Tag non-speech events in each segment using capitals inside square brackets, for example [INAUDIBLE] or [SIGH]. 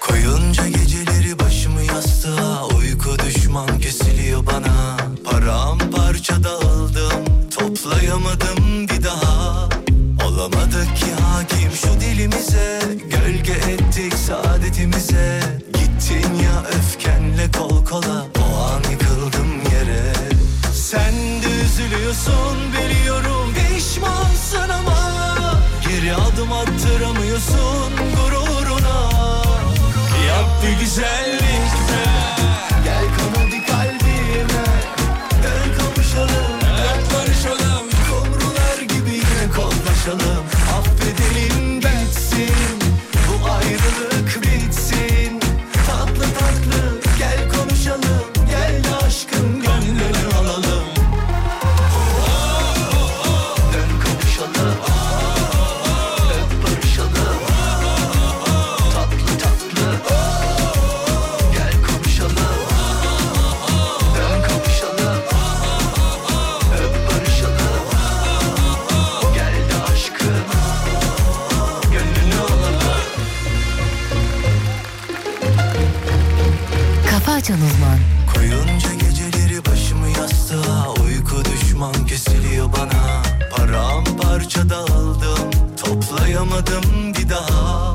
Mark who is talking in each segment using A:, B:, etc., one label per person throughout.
A: Koyunca geceleri başımı yastığa Uyku düşman kesiliyor bana Paramparça dağıldım Toplayamadım bir daha Olamadık ki hakim şu dilimize Gölge ettik saadetimize Gittin ya öfkenle kol kola O an yıkıldım yere Sen de üzülüyorsun biliyorum Pişmansın ama Geri adım attıramıyorsun gururuna Yap bir güzellik be Gel kan hadi kalbime Dön kavuşalım Dön barışalım Kumrular gibi yine kollaşalım Affedelim bitsin Bu ayrılık bitsin Tatlı tatlı gel konuşalım Gel de aşkın gönlünü alalım Dön kavuşalım Öp barışalım Tatlı tatlı Gel kavuşalım Dön kavuşalım Öp barışalım Gel de aşkım Gönlünü alalım
B: Kafa Açan Uzman
A: Koyunca geceleri başımı yastığa Uyku düşman kesiliyor bana Paramparça dağıldım Toplayamadım bir daha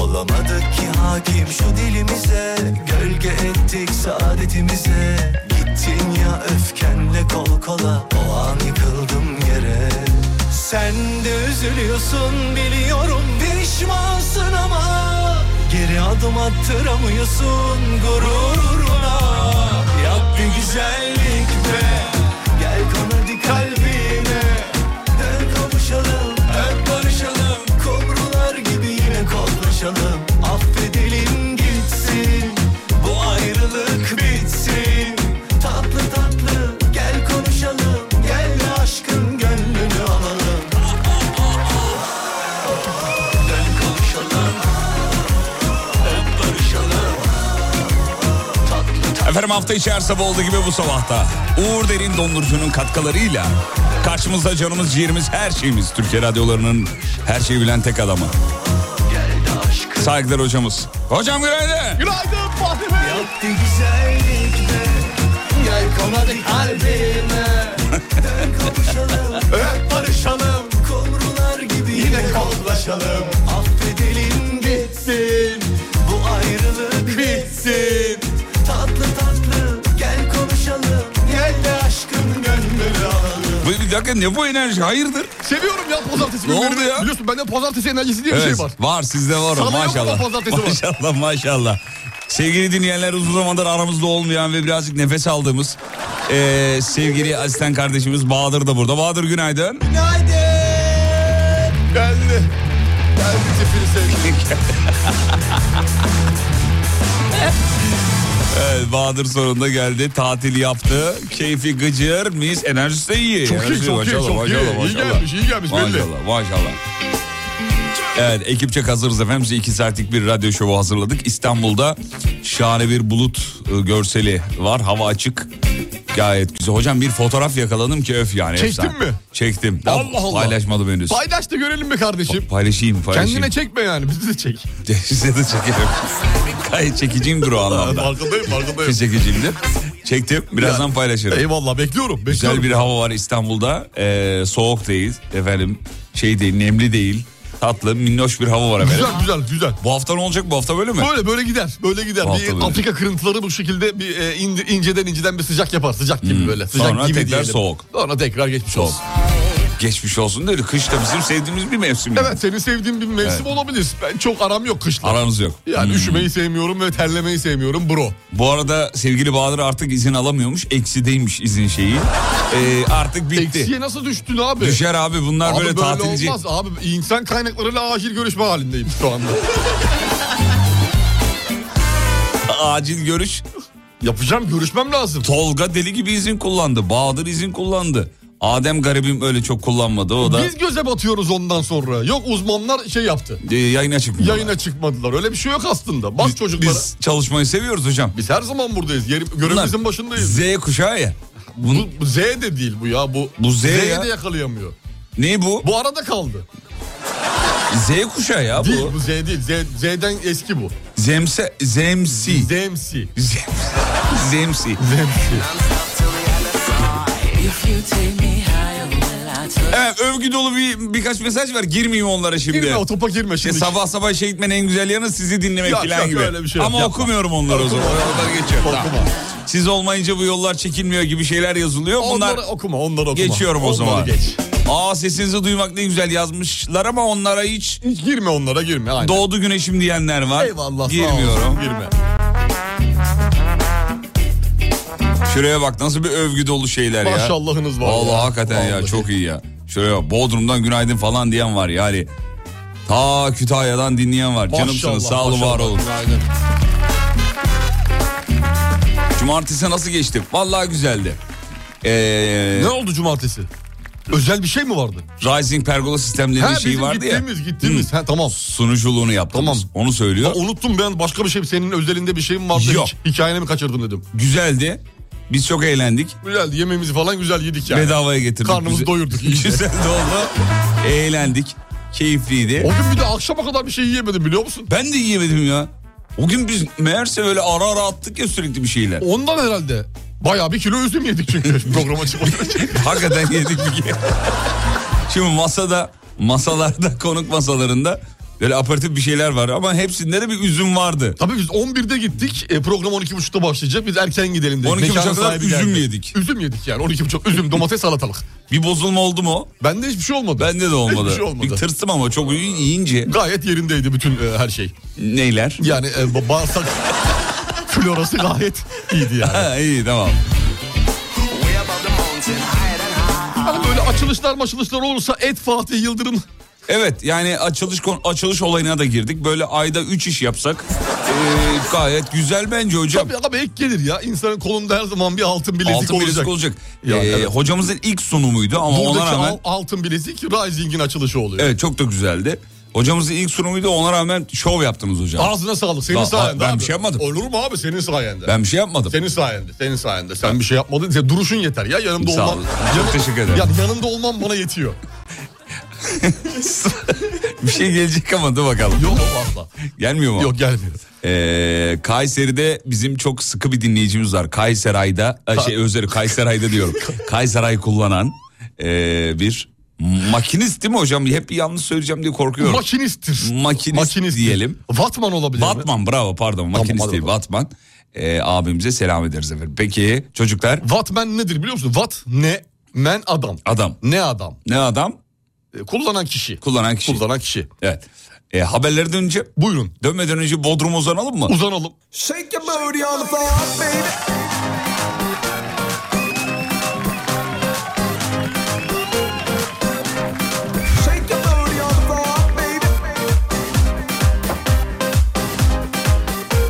A: Olamadık ki hakim şu dilimize Gölge ettik saadetimize Gittin ya öfkenle kol kola O an yıkıldım yere Sen de üzülüyorsun biliyorum Pişmansın ama Geri adım attıramıyorsun gururuna Yap bir güzellik be Gel kan hadi kalbime Dön kavuşalım Öp barışalım Kumrular gibi yine kollaşalım Affedelim gitsin Bu ayrılık bitsin Tatlı tatlı gel konuşalım Gel de aşkın gönlünü alalım Dön kavuşalım Öp barışalım
C: Efendim hafta içi her sabah olduğu gibi bu sabahta Uğur Derin Dondurucu'nun katkılarıyla karşımızda canımız, ciğerimiz, her şeyimiz. Türkiye radyolarının her şeyi bilen tek adamı. Saygılar hocamız. Hocam günaydın.
D: Günaydın Fatih Bey.
A: Yaptı güzellikle Gel konadık kalbime Dön
D: [LAUGHS]
A: kavuşalım
D: Öp barışalım.
A: Kumrular gibi yine
D: Yine kollaşalım.
A: Affedelim gitsin Bu ayrılık
D: Bitsin.
A: Tatlı tatlı gel konuşalım Gel de aşkın gönlünü alalım
C: Bu, bir dakika ne bu enerji? Hayırdır?
D: Seviyorum ya pazartesi
C: Ne
D: günlerini.
C: oldu ya?
D: Biliyorsun bende pazartesi enerjisi diye bir şey var.
C: sizde var o
D: Sana yok ama
C: maşallah.
D: pazartesi var.
C: Maşallah maşallah. Sevgili dinleyenler uzun zamandır aramızda olmayan ve birazcık nefes aldığımız eee, sevgili asistan kardeşimiz Bahadır da burada. Bahadır günaydın.
A: Günaydın
D: Geldi. Geldi cefili sevgili.
C: Evet, Bahadır sonunda geldi. Tatil yaptı. Keyfi gıcır. Mis enerjisi de iyi.
D: Çok iyi,
C: Enerjisi
D: çok iyi,
C: maşallah,
D: çok iyi.
C: maşallah,
D: İyi
C: maşallah.
D: gelmiş, iyi gelmiş belli.
C: Maşallah, maşallah. Evet ekipçe hazırız efendim. Size iki saatlik bir radyo şovu hazırladık. İstanbul'da şahane bir bulut e, görseli var. Hava açık. Gayet güzel. Hocam bir fotoğraf yakaladım ki öf yani.
D: Çektin
C: efsane.
D: mi?
C: Çektim. Daha
D: Allah Allah.
C: Paylaşmadım henüz.
D: Paylaş da görelim mi kardeşim?
C: paylaşayım paylaşayım.
D: Kendine çekme yani bizi de çek.
C: Size
D: [LAUGHS]
C: de çekerim. Gayet çekiciyimdir o anlamda.
D: Farkındayım farkındayım.
C: Siz çekiciyimdir. Çektim. Birazdan paylaşırım.
D: Eyvallah bekliyorum. bekliyorum.
C: Güzel bir hava var İstanbul'da. Ee, soğuk değil efendim. Şey değil, nemli değil. Tatlı, minnoş bir hava var efendim.
D: Güzel güzel güzel.
C: Bu hafta ne olacak? Bu hafta böyle mi?
D: Böyle böyle gider. Böyle gider.
C: Bu
D: Bir
C: hafta böyle.
D: Afrika kırıntıları bu şekilde bir e, indi- inceden inceden bir sıcak yapar. Sıcak gibi böyle. Sıcak
C: Hmm. Sonra
D: gibi
C: tekrar
D: diyelim.
C: soğuk. Hmm.
D: Sonra tekrar geçmiş
C: Soğuk.
D: olsun.
C: Geçmiş olsun da öyle kış da bizim sevdiğimiz bir mevsim. yani.
D: Evet senin sevdiğin bir mevsim olabilir. Ben çok aram yok kışla.
C: Aranız yok. Hmm.
D: Yani üşümeyi sevmiyorum ve terlemeyi sevmiyorum bro.
C: Bu arada sevgili Bahadır artık izin alamıyormuş. Eksideymiş izin şeyi. Ee, artık bitti.
D: Eksiye nasıl düştün abi?
C: Düşer abi bunlar
D: abi
C: böyle,
D: böyle,
C: tatilci.
D: olmaz abi. İnsan kaynaklarıyla acil görüşme halindeyim şu anda.
C: Acil görüş.
D: Yapacağım görüşmem lazım.
C: Tolga deli gibi izin kullandı. Bahadır izin kullandı. Adem garibim öyle çok kullanmadı. [LAUGHS] O da
D: Biz göze batıyoruz ondan sonra. Yok uzmanlar şey yaptı.
C: e, yayına çıkmıyor.
D: Yayına çıkmadılar. Öyle bir şey yok aslında. Bak çocuklara. Biz,
C: Biz çalışmayı seviyoruz hocam.
D: her zaman buradayız. Yeri, görevimizin
C: Bunlar
D: başındayız.
C: Z kuşağı ya. Bunun,
D: Bu, bu Z de değil bu ya. Bu,
C: Bu Z
D: Z'yi
C: ya.
D: de yakalayamıyor.
C: ne bu?
D: Bu arada kaldı.
C: Z kuşağı ya
D: Değil
C: bu.
D: bu Z değil. Z, Z'den eski bu.
C: Zemse, zemsi.
D: Zemsi.
C: Zem- zemsi.
D: Zemsi.
C: Evet övgü dolu bir birkaç mesaj var. Girmeyeyim onlara şimdi.
D: Girme o topa girme
C: E,
D: şimdi.
C: sabah sabah şey gitmenin en güzel yanı sizi dinlemek
D: Yok,
C: falan
D: yok,
C: gibi.
D: öyle bir şey yok,
C: Ama
D: yapma.
C: okumuyorum onları o zaman.
D: Okuma.
C: Oradan geçiyorum.
D: Okuma.
C: Tamam. Siz olmayınca bu yollar çekilmiyor gibi şeyler yazılıyor. Bunlar
D: Onları okuma onları okuma.
C: geçiyorum o
D: Onları
C: zaman.
D: geç.
C: Aa sesinizi duymak ne güzel yazmışlar ama onlara hiç
D: Hiç girme onlara girme. Aynen.
C: doğdu güneşim diyenler var.
D: Eyvallah sağ
C: Girmiyorum.
D: olsun. Girme.
C: Şuraya bak nasıl bir övgü dolu şeyler ya.
D: Maşallahınız var.
C: Vallahi
D: ya.
C: hakikaten ya
D: Vallahi.
C: çok iyi ya. Şuraya bak, Bodrum'dan günaydın falan diyen var yani. Ta Kütahya'dan dinleyen var.
D: Maşallah,
C: Canımsınız sağ olun
D: maşallah.
C: var olun.
D: Aynen.
C: Cumartesi nasıl geçti? Vallahi güzeldi. Ee,
D: Ne oldu cumartesi? Özel bir şey mi vardı?
C: Rising Pergola sistemlerinin
D: Ha,
C: şeyi
D: bizim
C: vardı ya.
D: gittiğimiz, gittiğimiz. Ha, tamam.
C: Sunuculuğunu yaptım.
D: Tamam.
C: Onu söylüyor.
D: Ya unuttum ben başka bir şey senin özelinde bir şeyim vardı.
C: Yok.
D: Yok. Hikayeni mi kaçırdım dedim.
C: Güzeldi. Biz çok eğlendik.
D: Güzeldi yemeğimizi falan güzel yedik yani.
C: Bedavaya getirdik.
D: Karnımızı
C: [LAUGHS]
D: doyurduk iyice.
C: Güzel de oldu. Eğlendik. Keyifliydi.
D: O gün bir de akşama kadar bir şey yiyemedim biliyor musun?
C: Ben de yiyemedim ya. O gün biz meğerse öyle ara ara attık ya sürekli bir şeyler.
D: Ondan herhalde. Bayağı bir kilo üzüm yedik çünkü [LAUGHS] programa çıkmadan önce.
C: Hakikaten yedik bir kere. Şimdi masada, masalarda, konuk masalarında böyle aperatif bir şeyler var ama hepsinde de bir üzüm vardı.
D: Tabii biz 11'de gittik. E, program 12.30'da başlayacak. Biz erken gidelim dedik.
C: 12.30'a
D: Mekanın
C: kadar
D: sahibi
C: üzüm yedik. [LAUGHS]
D: Üzüm yedik yani. 12.30 üzüm, domates, salatalık.
C: Bir bozulma oldu mu?
D: Bende hiçbir şey olmadı.
C: Bende de olmadı.
D: Hiçbir şey olmadı.
C: Bir tırstım ama çok iyi- yiyince
D: Gayet yerindeydi bütün e, her şey.
C: neyler?
D: Yani e, ba- bağırsak florası gayet iyiydi yani.
C: Ha, iyi tamam.
D: Hani böyle açılışlar maçılışlar olursa et Fatih Yıldırım
C: Evet yani açılış kon- açılış olayına da girdik. Böyle ayda 3 iş yapsak eee, gayet güzel bence hocam.
D: Tabii abi ek gelir ya. İnsanın kolunda her zaman bir altın bilezik
C: Altın
D: olacak.
C: bilezik olacak. Ee,
D: Ya,
C: Eee,
D: evet.
C: Hocamızın ilk sunumuydu ama
D: Buradaki
C: ona rağmen
D: al- altın bilezik Rising'in açılışı oluyor.
C: evet çok da güzeldi. Hocamızın ilk sunumuydu ona rağmen şov yaptınız hocam.
D: Ağzına sağlık senin
C: Daha-
D: sayende
C: ben
D: abi.
C: bir şey yapmadım.
D: Olur mu abi senin sayende.
C: Ben bir şey yapmadım.
D: Senin sayende, senin sayende. Sen bir şey yapmadın. Sen duruşun yeter ya yanımda
C: Sağ
D: olman.
C: olun. Çok teşekkür ederim.
D: Yani yanımda olman bana yetiyor.
C: [LAUGHS] Bir şey gelecek ama dur bakalım.
D: Yok valla.
C: Gelmiyor mu?
D: Yok gelmiyor.
C: Ee, Kayseri'de bizim çok sıkı bir dinleyicimiz var. Kayseray'da, e, şey özür dilerim, Kayseray'da
D: [LAUGHS]
C: diyorum. Kayseray kullanan e, bir makinist değil mi hocam? Hep yanlış söyleyeceğim diye korkuyorum.
D: Makinisttir.
C: Makinist diyelim.
D: Vatman olabilir mi?
C: Batman bravo pardon makinist
D: hadi
C: değil Batman. Ee, abimize selam ederiz efendim. Peki çocuklar
D: Vatman nedir biliyor musun? Vat ne? Men adam.
C: adam
D: Ne adam?
C: ne adam
D: E, Kullanan kişi.
C: kullanan kişi.
D: Kullanan kişi.
C: Evet. Ee, haberlerden önce
D: Buyurun.
C: dönmeden önce Bodrum'a uzanalım mı?
D: Uzanalım.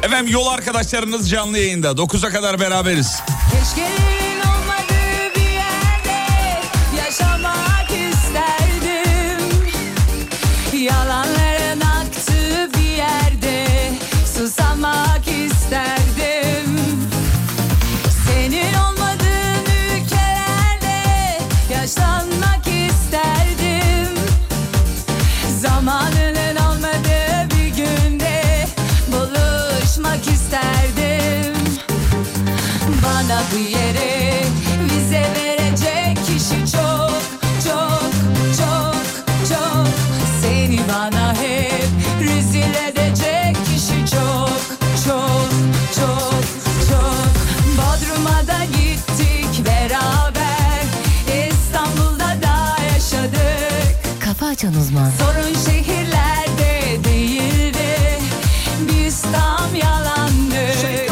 C: Efendim yol arkadaşlarınız canlı yayında 9'a kadar beraberiz.
E: Keşkelerin olmadığı bir yerde yaşamak isterdim. Yalanların aktığı bir yerde susamak isterdim. Senin olmadığın ülkelerde yaşlanmak isterdim. Zamanının olmadığı bir günde buluşmak isterdim. Bana bu yere vize verecek kişi çok çok çok çok Seni bana hep rezil edecek kişi çok çok çok çok Bodrum'a da gittik beraber İstanbul'da da yaşadık
B: Kafa Açan Uzman.
E: Sorun şehirlerde değildi Biz tam yalandık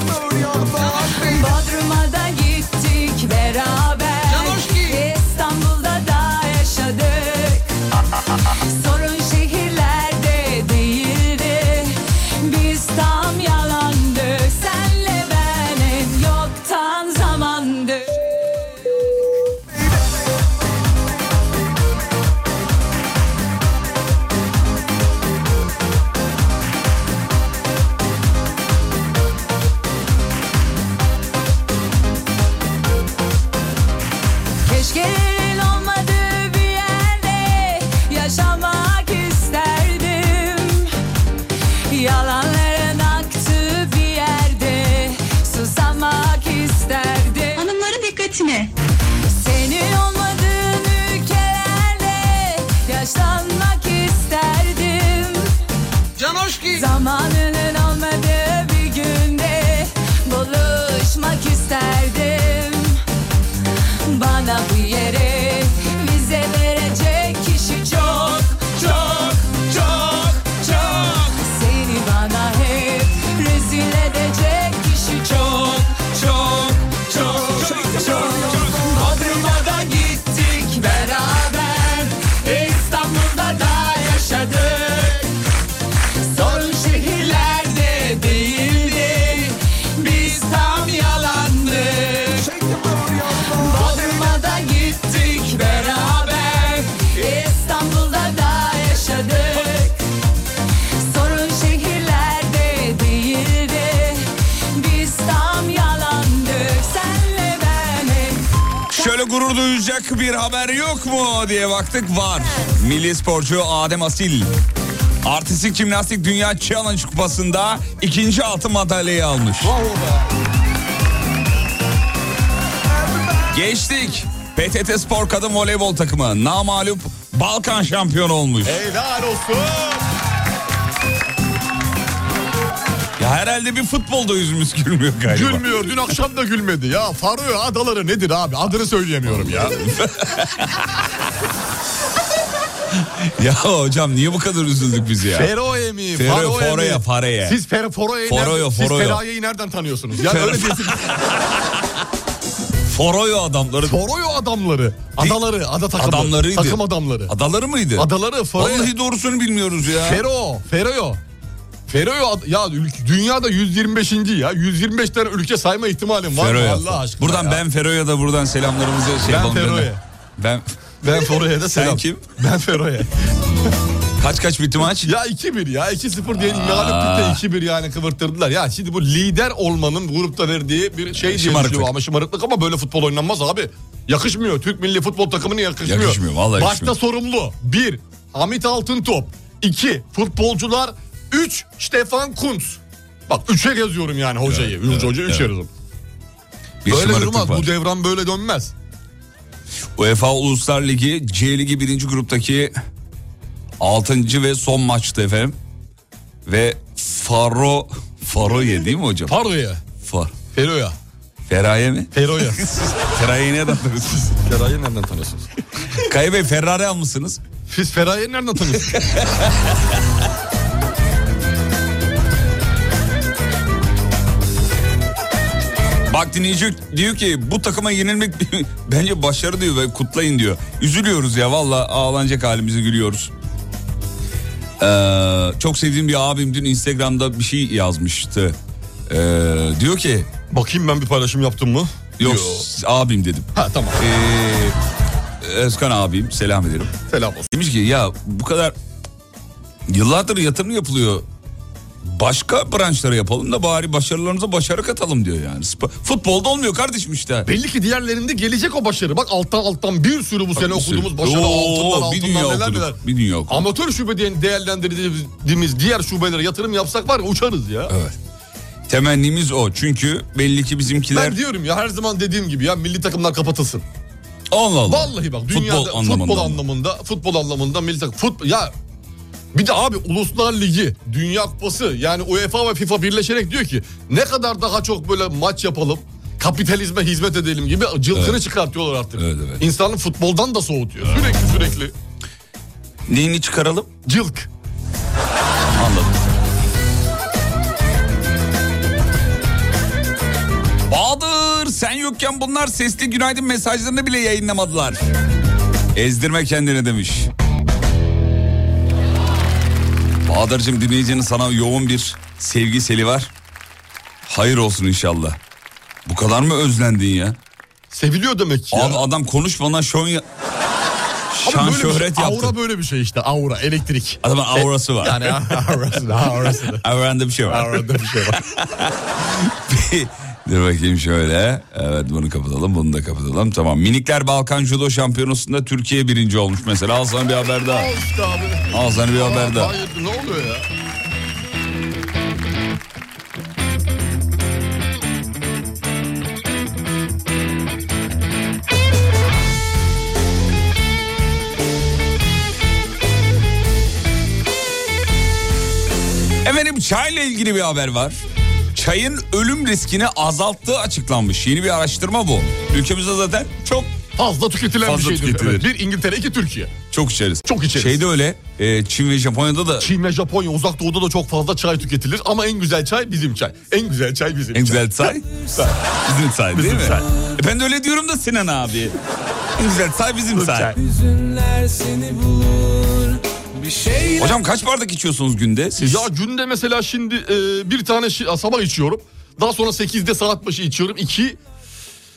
E: Bodrum'a da gittik beraber İstanbul'da da yaşadık Sorun şehirlerde değildi Biz tam yalandık Senle ben en yoktan zamandık yaşlanmak isterdim
A: Canoşki
E: Zamanının olmadığı bir günde buluşmak isterdim Bana bu yere vize verecek kişi çok
A: Çok çok çok
E: Seni bana hep rezil edecek kişi çok
A: çok çok çok çok Bodrum'a da gittik beraber İstanbul'da da yaşadık Sorun şehirlerde değildi Biz tam yalandık Bodrum'a da gittik beraber
E: İstanbul'da da yaşadık Sorun şehirlerde değildi Biz tam yalandık senle ben hep
C: Şöyle gurur duyacak bir haber yok mu diye baktık var. Milli sporcu Adem Asil. Artistik Jimnastik Dünya Challenge Kupası'nda ikinci altın madalyayı almış. Geçtik. PTT Spor Kadın Voleybol takımı namalup Balkan şampiyonu olmuş.
D: Helal olsun.
C: Ya herhalde bir futbolda yüzümüz gülmüyor [LAUGHS] galiba.
D: Gülmüyor. Dün akşam da gülmedi. Ya Faroe Adaları nedir abi? Adını söyleyemiyorum
C: [LAUGHS]
D: ya.
C: Ya hocam niye bu kadar üzüldük biz ya?
D: Feroe mi?
C: Feroe,
D: Faroe
C: Foroya,
D: mi?
C: Faroe.
D: Siz Fer Foroe'yi
C: Foroyo,
D: nereden- siz
C: Foroyo.
D: Feraye'yi nereden tanıyorsunuz? Ya
C: Fer-
D: öyle diyorsun.
C: Foroyo adamları.
D: Foroyo adamları. Adaları, ada takımı.
C: adamlarıydı.
D: Takım adamları.
C: Adaları mıydı?
D: Adaları, Foroyo.
C: Vallahi doğrusunu bilmiyoruz ya.
D: Fero, Feroyo. Feroyo ad- ya ülk- dünyada 125. ya. 125 tane ülke sayma ihtimalim var mı
C: Feroya.
D: Allah aşkına?
C: Buradan
D: ya.
C: ben Feroya da buradan selamlarımızı şey
D: Ben
C: yapalım.
D: Feroya.
C: Ben
D: ben Foroya da
C: Sen
D: selam.
C: kim?
D: Ben Feroya.
C: kaç kaç bitti maç?
D: Ya 2-1 ya 2-0 diye mağluplukta 2-1 yani kıvırttırdılar. Ya şimdi bu lider olmanın grupta verdiği bir şey diye
C: Şımarıklık.
D: düşünüyorum ama şımarıklık ama böyle futbol oynanmaz abi. Yakışmıyor. Türk milli futbol takımına yakışmıyor.
C: Yakışmıyor, vallahi
D: Başta
C: yakışmıyor.
D: sorumlu. 1. Hamit Altıntop. 2. Futbolcular. 3. Stefan Kuntz. Bak 3'e yazıyorum yani hocayı.
C: Evet,
D: Ünlü
C: evet,
D: Hoca 3'e
C: evet.
D: yazıyorum.
C: Bir
D: Böyle
C: şımarıklık
D: durmaz.
C: var.
D: Bu devran böyle dönmez.
C: UEFA Uluslar Ligi C Ligi 1. gruptaki 6. ve son maçtı efendim. Ve Faro Faroye değil mi hocam?
D: Paroya.
C: Far.
D: Feroya.
C: Feraye mi? [LAUGHS]
D: Feroya.
C: Feraye ne adamlarız siz?
D: Ferrari'yi nereden tanıyorsunuz?
C: Kaya Bey Ferrari almışsınız.
D: Siz Ferrari'yi nereden tanıyorsunuz?
C: [LAUGHS] Bak dinleyici diyor ki bu takıma yenilmek [LAUGHS] bence başarı diyor ve kutlayın diyor. Üzülüyoruz ya valla ağlanacak halimizi gülüyoruz. Ee, çok sevdiğim bir abim dün Instagram'da bir şey yazmıştı. Ee, diyor ki
D: Bakayım ben bir paylaşım yaptım mı?
C: yok
D: Yo.
C: abim dedim.
D: Ha tamam.
C: Ee, Özkan abim selam ederim.
D: Selam olsun.
C: Demiş ki ya bu kadar yıllardır yatırım yapılıyor. Başka branşlara yapalım da bari başarılarımıza başarı katalım diyor yani. Sp- Futbolda olmuyor kardeşim işte.
D: Belli ki diğerlerinde gelecek o başarı. Bak alttan alttan bir sürü bu sene
C: bir sürü.
D: okuduğumuz başarı
C: Oo,
D: altından altından
C: bir dünya
D: neler
C: okuduk,
D: neler.
C: bir dünya okuduk.
D: Amatör şube diye değerlendirdiğimiz diğer şubelere yatırım yapsak var ya uçarız ya.
C: Temennimiz o. Çünkü belli ki bizimkiler
D: Ben diyorum ya her zaman dediğim gibi ya milli takımlar kapatılsın.
C: Allah Allah.
D: Vallahi bak dünyada futbol anlamında futbol anlamında, milli takım fut, ya bir de abi Uluslar Ligi, Dünya Kupası yani UEFA ve FIFA birleşerek diyor ki ne kadar daha çok böyle maç yapalım, kapitalizme hizmet edelim gibi cılkını çıkartıyorlar artık.
C: Evet, evet.
D: İnsanı futboldan da soğutuyor. Sürekli sürekli
C: Neyini çıkaralım?
D: cılk.
C: Anladım. Bahadır sen yokken bunlar sesli günaydın mesajlarını bile yayınlamadılar. Ezdirme kendini demiş. Bahadır'cığım dinleyicinin sana yoğun bir sevgi seli var. Hayır olsun inşallah. Bu kadar mı özlendin ya?
D: Seviliyor demek ki. ya.
C: Abi adam konuşmadan şon ya...
D: Abi
C: Şan
D: böyle bir şey,
C: şöhret yaptı.
D: Aura böyle bir şey işte aura elektrik. E,
C: Adamın aurası var. [LAUGHS]
D: Yani aurası da aurası da.
C: Auranda bir şey var.
D: Aurada bir şey
C: [LAUGHS]
D: var.
C: Dur bakayım şöyle. Evet bunu kapatalım bunu da kapatalım. Tamam minikler Balkan Judo Şampiyonası'nda Türkiye birinci olmuş mesela. Al sana bir haber daha.
D: Al işte abi.
C: Al sana bir haber daha.
D: Hayır ne oluyor ya?
C: Efendim çayla ilgili bir haber var. Çayın ölüm riskini azalttığı açıklanmış. Yeni bir araştırma bu. Ülkemizde zaten çok
D: Fazla tüketilen bir
C: Fazla
D: şeydir.
C: tüketilir.
D: Evet, bir İngiltere, iki Türkiye.
C: çok içeriz.
D: Çok içeriz.
C: Şeyde öyle. e, Çin ve Japonya'da da
D: Çin ve Japonya, uzak doğuda da çok fazla çay tüketilir. Ama en güzel çay bizim çay. En güzel çay bizim
C: en
D: çay.
C: güzel
D: [LAUGHS]
C: çay bizim çay değil
D: Bizim
C: mi?
D: çay.
C: E, ben de öyle diyorum da Sinan abi. En güzel çay bizim çay.
D: çay.
A: Hüzünler seni bulur Bir şey
C: Hocam kaç bardak içiyorsunuz günde siz?
D: Ya günde mesela şimdi e, bir tane şi- sabah içiyorum. Daha sonra 8'de saat başı içiyorum. 2.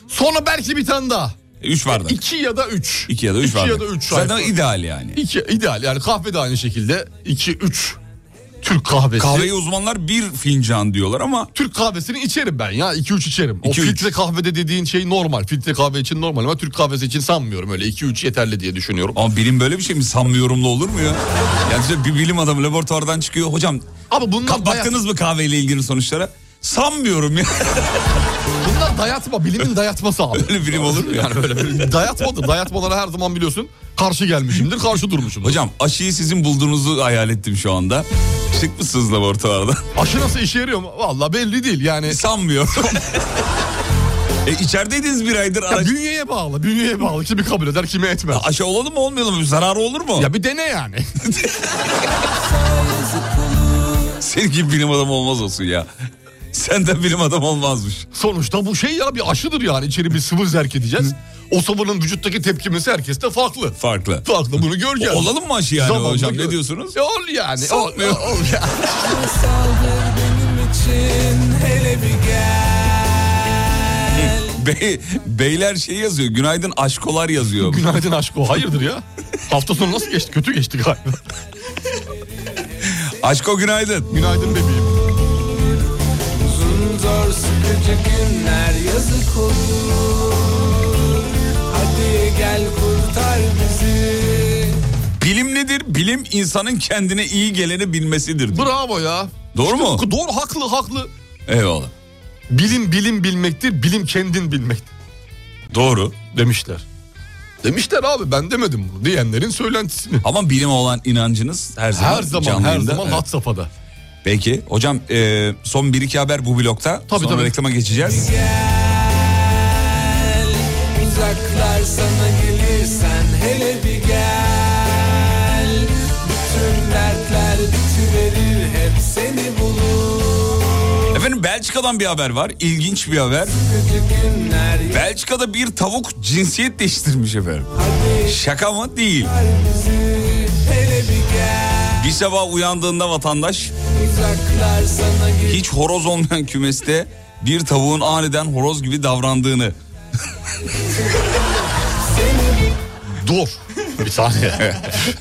D: Sonra belki bir tane daha.
C: 3 E, bardak.
D: 2 ya da 3.
C: 2 ya da 3
D: İki
C: bardak.
D: ya da üç.
C: Zaten
D: Hayır.
C: ideal yani.
D: 2 ideal yani kahve de aynı şekilde. 2 3 Türk kahvesi.
C: Kahveyi uzmanlar bir fincan diyorlar ama
D: Türk kahvesini içerim ben ya 2 3 içerim. o
C: İki, üç.
D: filtre kahvede dediğin şey normal. Filtre kahve için normal ama Türk kahvesi için sanmıyorum öyle 2 3 yeterli diye düşünüyorum.
C: ama bilim böyle bir şey mi? Sanmıyorumlu olur mu ya? Yani işte bir bilim adamı laboratuvardan çıkıyor. Hocam
D: Ama bunlar, dayat,
C: Ka- baktınız mı kahveyle ilgili sonuçlara? Sanmıyorum ya. [LAUGHS]
D: bunlar dayatma bilimin dayatması abi.
C: Öyle bilim olur mu yani?
D: Böyle bir dayatmadır. Dayatmalara her zaman biliyorsun karşı gelmişimdir, karşı durmuşumdur.
C: Hocam aşıyı sizin bulduğunuzu hayal ettim şu anda. Çıkmışsınız laboratuvarda.
D: Aşı nasıl işe yarıyor mu? Valla belli değil yani.
C: Sanmıyorum. e içerideydiniz bir aydır.
D: Ya
C: Ara-
D: bünyeye bağlı, bünyeye bağlı. Kimi kabul eder, kimi etmez.
C: Aşı olalım mı olmayalım mı? Zararı olur mu?
D: Ya bir dene yani.
C: [LAUGHS] Senin gibi bilim adamı olmaz olsun ya. [LAUGHS] Senden bilim adamı olmazmış.
D: Sonuçta bu şey ya bir aşıdır yani. İçeri bir sıvı zerk edeceğiz. O sıvının vücuttaki tepkimesi herkeste farklı.
C: Farklı.
D: Farklı bunu göreceğiz.
C: Olalım mı aşı yani
D: Zamanla
C: hocam?
D: gör-
C: Ne diyorsunuz?
D: E, Ol yani. Ol, ol,
C: Sanmıyorum.
D: ol ya.
A: saldır benim için Hele bir gel
C: Bey- beyler şey yazıyor. Günaydın aşkolar yazıyor.
D: Günaydın aşk o. Hayırdır
C: [LAUGHS]
D: ya? Hafta sonu nasıl geçti? Kötü geçti galiba.
C: Aşko günaydın.
D: Günaydın bebeğim.
A: Uzun zor sıkıcı günler yazık olur Hadi gel kurtar bizi
C: Bilim nedir? Bilim insanın kendine iyi geleni bilmesidir.
D: Bravo ya.
C: Doğru mu?
D: Doğru haklı haklı.
C: Eyvallah.
D: Bilim bilim bilmektir, bilim kendin bilmektir.
C: Doğru.
D: demişler. Demişler abi ben demedim bunu diyenlerin söylentisini.
C: Ama bilime olan inancınız her zaman
D: Her zaman
C: canlı
D: her
C: yayında.
D: zaman
C: Evet.
D: hat safhada.
C: Peki hocam e, son bir iki haber bu blokta.
D: Tabii,
C: Sonra
D: tabii.
C: reklama geçeceğiz.
A: Gel uzaklar sana gelirsen hele bir gel Bütün dertler bitiverir hep seni bulur
C: Efendim Belçika'dan bir haber var. İlginç bir haber.
A: Kötü günler
C: Belçika'da bir tavuk cinsiyet değiştirmiş efendim. Şaka mı? Değil.
A: bizi hele bir gel
C: Bir sabah uyandığında vatandaş
A: Uzaklar sana gelirsen
C: hiç horoz olmayan kümeste bir tavuğun aniden horoz gibi davrandığını
D: Dur. Bir saniye.
C: [LAUGHS]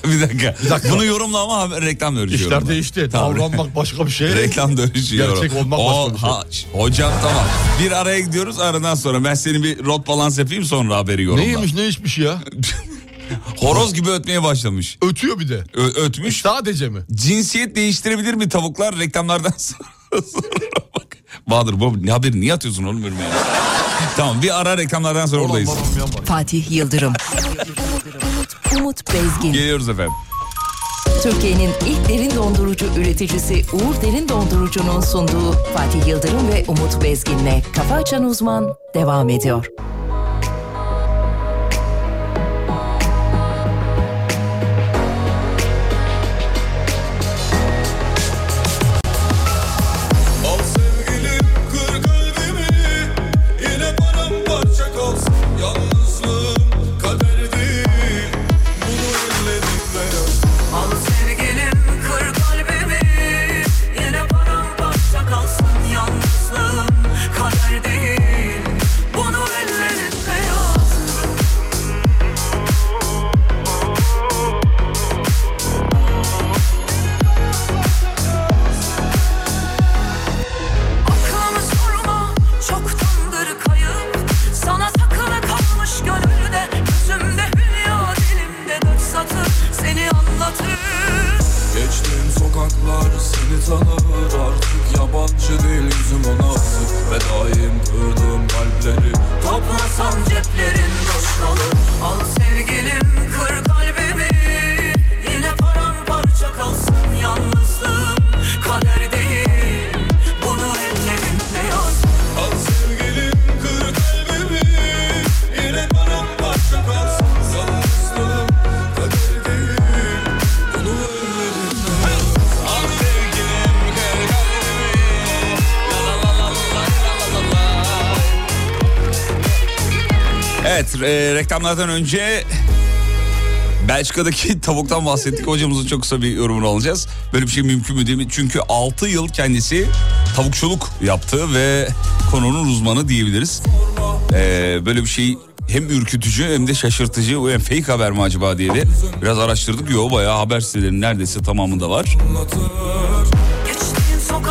C: bir dakika.
D: dakika.
C: Bunu yorumla ama haber, reklam dönüşüyor.
D: İşler değişti.
C: Tamam.
D: Davranmak başka bir şey.
C: [LAUGHS] Reklam dönüşüyor.
D: Gerçek olmak başka bir şey.
C: hocam tamam. Bir araya gidiyoruz aradan sonra. Ben seni bir rot balans yapayım sonra haberi yorumla.
D: Ne yemiş ne içmiş ya?
C: Horoz gibi ötmeye başlamış.
D: Ötüyor bir de. E,
C: Ö- ötmüş.
D: Sadece mi?
C: Cinsiyet değiştirebilir mi tavuklar reklamlardan [LAUGHS] sonra? sonra bak. Bahadır bu ne haberi niye atıyorsun oğlum önüme ya? tamam bir ara reklamlardan sonra
D: Olan
C: oradayız.
D: var olmayan var.
B: Fatih Yıldırım. Umut, Umut Bezgin.
C: Geliyoruz efendim.
B: Türkiye'nin ilk derin dondurucu üreticisi Uğur Derin Dondurucu'nun sunduğu Fatih Yıldırım ve Umut Bezgin'le Kafa Açan Uzman devam ediyor.
A: Al sevgilim kır kalbimi Yine paramparça kalsın Yalnızlığım kader değil Bunu ellerimle yaz
E: Al sevgilim kır kalbimi Yine paramparça kalsın yalnızlığım Kader değil bunu ellerinle yaz Aklımı sorma çoktandır kayıp Sana sakılı kalmış gönülde Gözümde hülya dilimde dört satır Seni anlatır
A: Geçtiğim sokaklar seni tanır Artık yabancı değil yüzüm ona asık Ve daim kırdığım kalpleri
E: Toplasam ceplerin boş kalır Al sevgilim kır kalbimi Yine paramparça kalsın yalnızlığım Kader
C: Evet e, reklamlardan önce Belçika'daki [LAUGHS] tavuktan bahsettik. Hocamızın çok kısa bir yorumunu alacağız. Böyle bir şey mümkün mü değil mi? Çünkü 6 yıl kendisi tavukçuluk yaptı ve konunun uzmanı diyebiliriz. E, böyle bir şey hem ürkütücü hem de şaşırtıcı. O hem fake haber mi acaba diye de biraz araştırdık. Yo bayağı haber sitelerinin neredeyse tamamında var. [LAUGHS]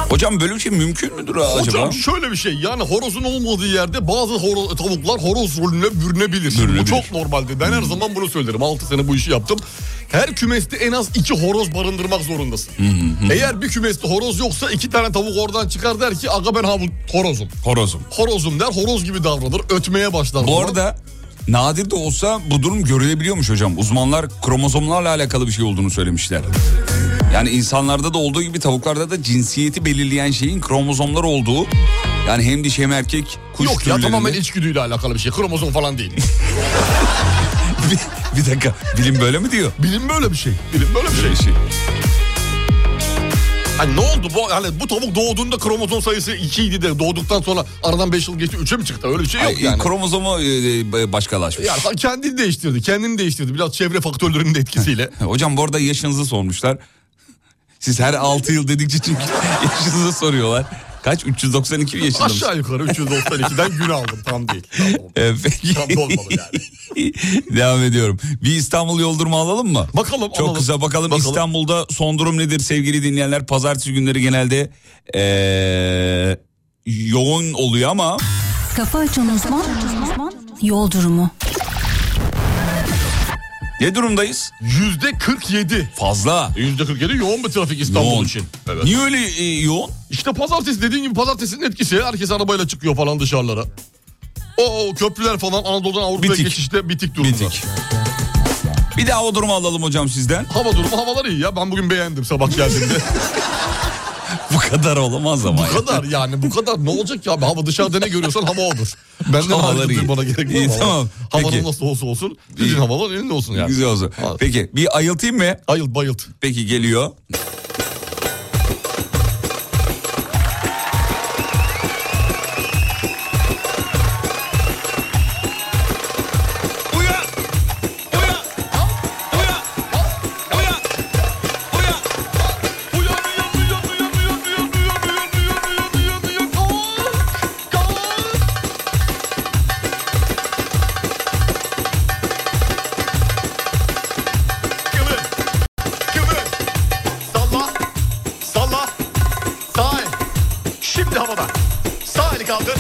C: Hocam böyle bir şey mümkün müdür acaba?
D: Hocam şöyle bir şey yani horozun olmadığı yerde bazı horo- tavuklar horoz rolüne bürünebilir.
C: Bürünebilir. Hmm.
D: Bu çok normaldir. Ben her zaman bunu söylerim. 6 sene bu işi yaptım. Her kümeste en az iki horoz barındırmak zorundasın.
C: Hmm.
D: Eğer bir kümeste horoz yoksa iki tane tavuk oradan çıkar der ki aga ben havu- horozum.
C: Horozum.
D: Horozum der horoz gibi davranır ötmeye başlar.
C: Bu
D: falan.
C: arada nadir de olsa bu durum görülebiliyormuş hocam. Uzmanlar kromozomlarla alakalı bir şey olduğunu söylemişler. Yani insanlarda da olduğu gibi tavuklarda da cinsiyeti belirleyen şeyin kromozomlar olduğu. Yani hem dişi hem erkek kuş
D: Yok ya
C: türlerinde-
D: tamamen içgüdüyle alakalı bir şey. Kromozom falan değil.
C: [LAUGHS] bir, bir dakika bilim böyle mi diyor?
D: Bilim böyle bir şey. Bilim böyle bir şey.
C: Böyle şey.
D: Hani ne oldu? Bu, hani bu tavuk doğduğunda kromozom sayısı 2 idi de doğduktan sonra aradan 5 yıl geçti 3'e mi çıktı? Öyle bir şey yok
C: Ay,
D: yani.
C: e, Kromozomu e, başkalaşmış.
D: Yani kendini değiştirdi. Kendini değiştirdi. Biraz çevre faktörlerinin de etkisiyle.
C: [LAUGHS] Hocam bu arada yaşınızı sormuşlar. Siz her 6 yıl dedikçe çünkü [LAUGHS] yaşınızı soruyorlar. Kaç? 392 mi yaşında mısın?
D: Aşağı yukarı 392'den gün aldım. Tam değil. Tam
C: [LAUGHS]
D: olmadı.
C: Ee, peki.
D: Tam da olmadı yani.
C: [LAUGHS] Devam ediyorum. Bir İstanbul yoldurma alalım mı?
D: Bakalım,
C: Çok
D: alalım.
C: kısa bakalım.
D: Bakalım.
C: İstanbul'da son durum nedir sevgili dinleyenler? Pazartesi günleri genelde ee, yoğun oluyor ama
F: Kafa açan uzman, yol durumu.
C: ne durumdayız?
D: %47.
C: Fazla.
D: %47 yoğun bir trafik İstanbul
C: Yoğun.
D: için. Evet.
C: Niye öyle e, yoğun?
D: İşte pazartesi dediğin gibi pazartesinin etkisi. Herkes arabayla çıkıyor falan dışarılara. O, o köprüler falan Anadolu'dan Avrupa'ya
C: Bitik.
D: geçişte bitik durumda.
C: Bitik. Bir daha o durumu alalım hocam sizden.
D: Hava durumu havalar iyi ya. Ben bugün beğendim sabah geldiğimde.
C: [LAUGHS]
D: [LAUGHS]
C: Bu kadar olamaz ama.
D: Bu kadar yani bu kadar ne olacak ya abi hava dışarıda ne görüyorsan hava odur. Benden
C: Havalar
D: havalar
C: iyi.
D: iyi. bana gerek
C: İyi,
D: yok.
C: tamam.
D: Havanın
C: Peki.
D: nasıl olsa olsun
C: İyi.
D: sizin havalar elinde olsun yani.
C: Güzel olsun.
D: Hadi.
C: Peki bir ayıltayım mı?
D: Ayılt bayılt.
C: Peki geliyor.
A: Uyan! Uyan! Uyan! Uyan! Uyan!
D: Uyan uyan uyan uyan uyan uyan uyan uyan uyan uyan uyan uyan. Kalk, kalk. Kıvır, kıvır. Salla, salla. Sağ el. Şimdi havada. Sağ eli kaldır.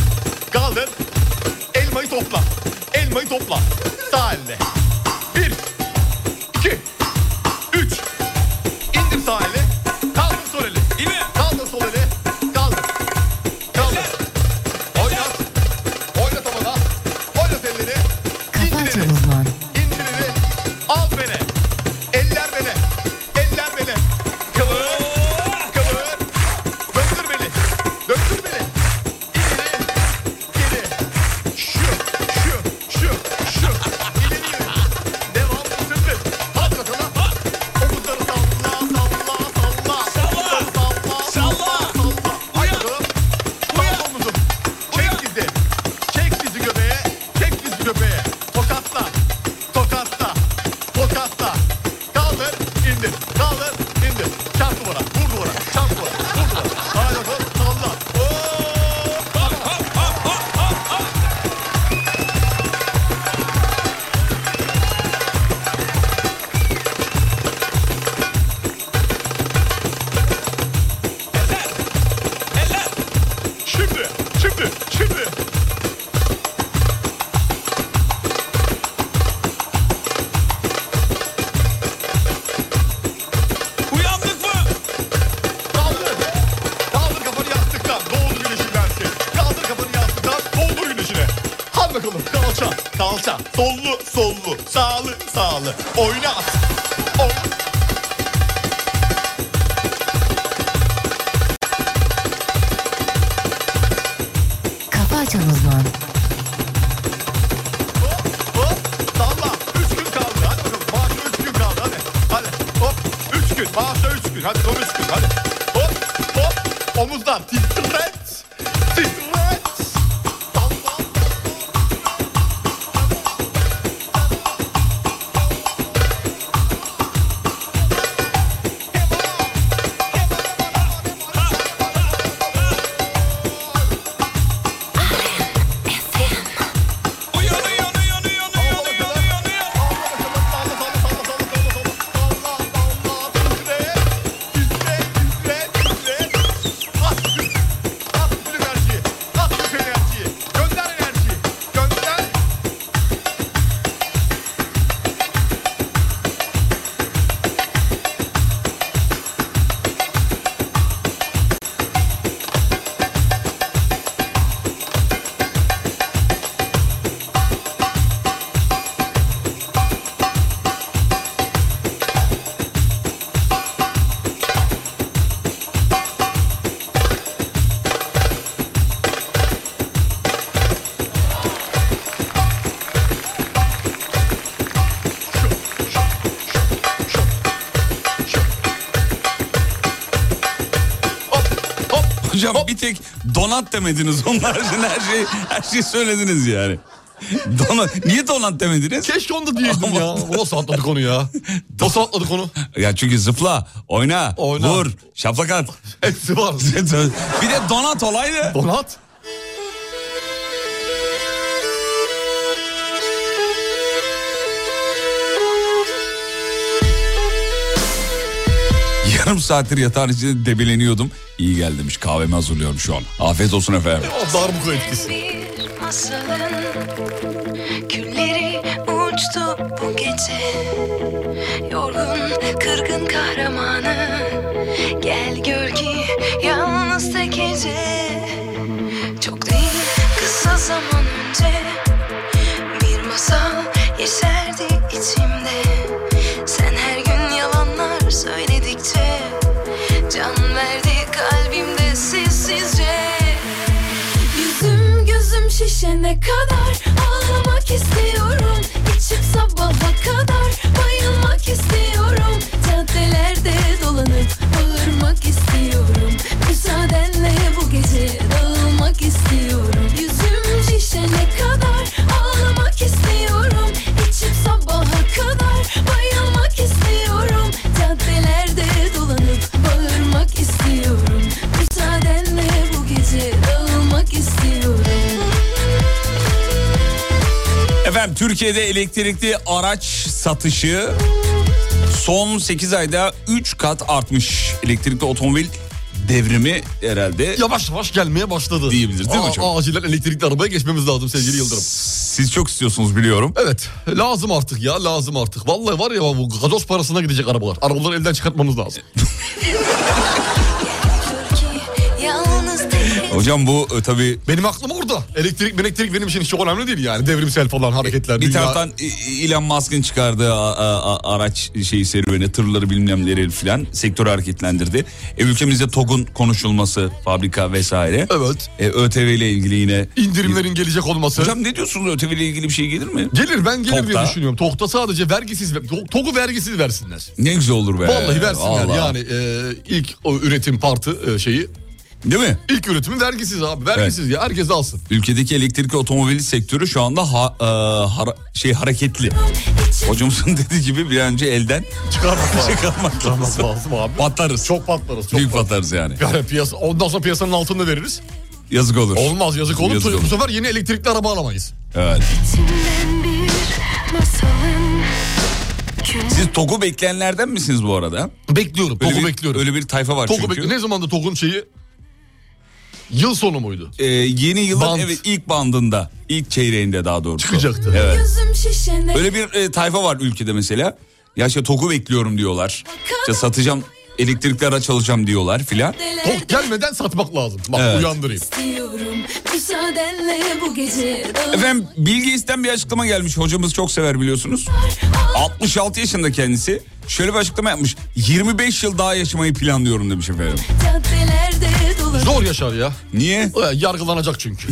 D: Kaldır. Elmayı topla. Elmayı topla. Sağ elle. Bir. iki, Üç. İndir sağ eli. Kaldır sol eli.
A: İme!
D: Kaldır sol eli. Kaldır. Kaldır. Oynat. Oynat havada. Oynat elleri.
B: Kafa
D: İndir
B: açan
D: eli.
B: uzman.
D: İndir eli. Al beni. Eller beni. Eller beni. Kıvır. Kıvır. Döndür beni. Döndür beni. İleri. Geri. Şu. Şu. Şu. Şu. İleri yürü. Devam. Sındır. Hadi bakalım. Omuzları salla. Salla. Salla. Omuzları Salla. Salla. Hadi bakalım. Salla omuzu. Çek bizi. Çek bizi göbeğe. Çek bizi göbeğe. Tokatla. Tokatla. Tokatla. Kaldır. indir. Kaldır. indir. Çarp duvara. Vur duvara. Çarp duvara. Vur duvara. Hadi bakalım. Salla. Oo! Şimdi. Şimdi. Şimdi.
A: Uyandık mı?
D: Kaldır. Kaldır kafanı yastıktan. Doğdur güneşin dersi. Kaldır kafanı yastıktan. Doğdur güneşine. Hadi bakalım. Kalça. Kalça. Sollu. Sollu. Sağlı. Sağlı. Oynat. Oynat.
B: Kafa açan uzman.
D: Hop hop salla. Üç gün kaldı. Hadi bakalım. Maaşa üç gün kaldı. Hadi. Hadi. Hop. Üç gün. Maaşa üç gün. Hadi son üç gün. Hadi. Hop hop. Omuzdan. Titret. Titret. Salla. salla.
C: Hocam bir tek donat demediniz. Onlar için her şeyi, her şeyi söylediniz yani. Donat, niye donat demediniz?
D: Keşke onu da diyeydim ya. Bu nasıl atladık onu ya? Nasıl atladık onu?
C: Ya çünkü zıpla, oyna,
D: Oyna.
C: vur, şaplak at.
D: [LAUGHS] Hepsi var.
C: bir de donat olaydı.
D: Donat.
C: Yarım saattir yatağın içinde debeleniyordum. İyi gel demiş kahvemi hazırlıyorum şu an. Afiyet olsun efendim.
D: O darbuka etkisi.
E: Bir masalın külleri uçtu bu gece Yorgun kırgın kahramanı Gel gör ki yalnız tek gece Çok değil kısa zaman önce Bir masal yeşerdi içimde Sen her gün yalanlar söyledikçe Can verdi kalbimde sessizce Yüzüm gözüm şişene kadar Ağlamak istiyorum İçip sabaha kadar Bayılmak istiyorum Caddelerde dolanıp Bağırmak istiyorum Müsaadenle bu gece Dağılmak istiyorum Yüzüm şişene kadar Ağlamak istiyorum İçip sabaha kadar Bayılmak istiyorum Caddelerde dolanıp Bağırmak istiyorum Müsaadenle bu gece dağılmak istiyorum
C: Efendim Türkiye'de elektrikli araç satışı son 8 ayda 3 kat artmış. Elektrikli otomobil devrimi herhalde
D: Yavaş yavaş gelmeye başladı.
C: Diyebiliriz, değil mi
D: Aa,
C: hocam?
D: Acilen elektrikli arabaya geçmemiz lazım sevgili Yıldırım.
C: siz çok istiyorsunuz biliyorum.
D: Evet lazım artık ya lazım artık. Vallahi var ya bu gazoz parasına gidecek arabalar. Arabaları elden çıkartmamız lazım.
E: Yalnız tek
C: [LAUGHS] Hocam bu e, tabii
D: Benim aklım orada. Elektrik elektrik benim için hiç çok önemli değil yani. Devrimsel falan hareketler.
C: E, bir
D: dünya-
C: taraftan e, Elon Musk'ın çıkardığı a- a- a- araç şeyi serüveni, tırları bilmemleri filan sektörü hareketlendirdi. E, ülkemizde TOG'un konuşulması, fabrika vesaire.
D: Evet.
C: E, ÖTV ile ilgili yine.
D: İndirimlerin gelecek olması.
C: Hocam ne diyorsunuz ÖTV ile ilgili bir şey gelir mi?
D: Gelir ben gelir diye
C: Tokta.
D: düşünüyorum. Tokta sadece vergisiz, Tok- toku vergisiz versinler.
C: Ne güzel olur be.
D: Vallahi versinler
C: Vallahi.
D: yani e, ilk o üretim partı e, şeyi
C: Değil mi?
D: ilk üretimi vergisiz abi vergisiz ya herkes alsın.
C: Ülkedeki elektrikli otomobil sektörü şu anda ha- e, hara- şey hareketli. Hocamızın [LAUGHS] dediği gibi bir an önce elden
D: Çıkarmak lazım.
C: çıkarmak
D: Çıkarmak
C: lazım.
D: lazım abi.
C: Patlarız.
D: Çok patlarız. Çok
C: Büyük
D: patlarız.
C: patlarız yani.
D: Yani piyasa, ondan sonra piyasanın altında veririz.
C: Yazık olur.
D: Olmaz yazık olur.
C: Yazık
D: Bu
C: olur.
D: sefer yeni elektrikli araba alamayız.
C: Evet.
E: içinden bir masalın
C: Siz TOG'u bekleyenlerden misiniz bu arada?
D: Bekliyorum.
C: Öyle
D: Toku
C: bir,
D: bekliyorum.
C: Öyle bir tayfa var
D: Toku
C: çünkü.
D: bekliyorum. Ne zamanda Tokun şeyi? Yıl sonu muydu?
C: Ee, yeni yılın
D: Band.
C: evet, ilk bandında, ilk çeyreğinde daha doğrusu.
D: Çıkacaktı.
C: Evet.
E: gözüm şişene
C: Öyle bir e, tayfa var ülkede mesela. Ya işte TOG'u bekliyorum diyorlar. İşte satacağım, elektrikli araç alacağım diyorlar filan.
D: Tok gelmeden satmak lazım. Bak
C: Evet.
D: uyandırayım.
E: diyorum Müsaadenle bu gece dağılmak
C: Efendim Bilgeis'ten bir açıklama gelmiş. Hocamız çok sever biliyorsunuz. 66 yaşında kendisi. Şöyle bir açıklama yapmış. 25 yıl daha yaşamayı planlıyorum demiş efendim.
E: caddelerde dolanmak
D: Zor yaşar ya.
C: Niye?
D: Ee, Yargılanacak çünkü.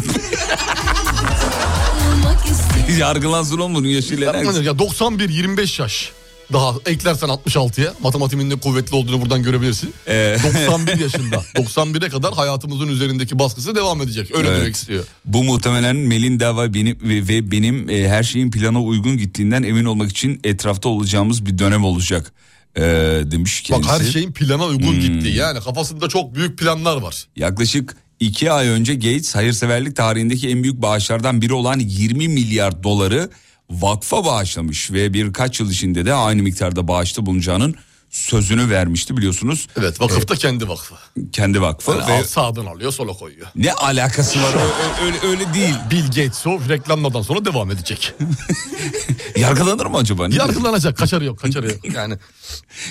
E: istiyorum
C: Yargılansın oğlum bunun yaşıyla. ne alakası?
D: Yargılanır ya 91 25 yaş. Daha eklersen 66'ya matematiğin de kuvvetli olduğunu buradan görebilirsin.
C: Ee,
D: [LAUGHS] 91 yaşında. 91'e kadar hayatımızın üzerindeki baskısı devam edecek. Öyle
C: Evet.
D: demek istiyor.
C: Bu muhtemelen Melinda ve benim, ve, ve benim e, her şeyin plana uygun gittiğinden emin olmak için etrafta olacağımız bir dönem olacak e, demiş
D: Bak
C: kendisi. Hmm.
D: her şeyin plana uygun gittiği yani kafasında çok büyük planlar var.
C: Yaklaşık iki ay önce Gates hayırseverlik tarihindeki en büyük bağışlardan biri olan 20 milyar doları vakfa bağışlamış ve birkaç yıl içinde de aynı miktarda bağışta bulunacağının sözünü vermişti biliyorsunuz E,
D: Evet vakıfta kendi vakfı.
C: kendi vakfı
D: Yani
C: ve
D: al- sağdan alıyor sola koyuyor.
C: ne alakası var Ö- ö- öyle, öyle değil
D: Bill Gates o reklamlardan sonra devam
C: [LAUGHS]
D: edecek.
C: yargılanır mı acaba Ne diyorsun?
D: Yargılanacak kaçarı yok kaçarı
C: [LAUGHS]
D: yok. Yani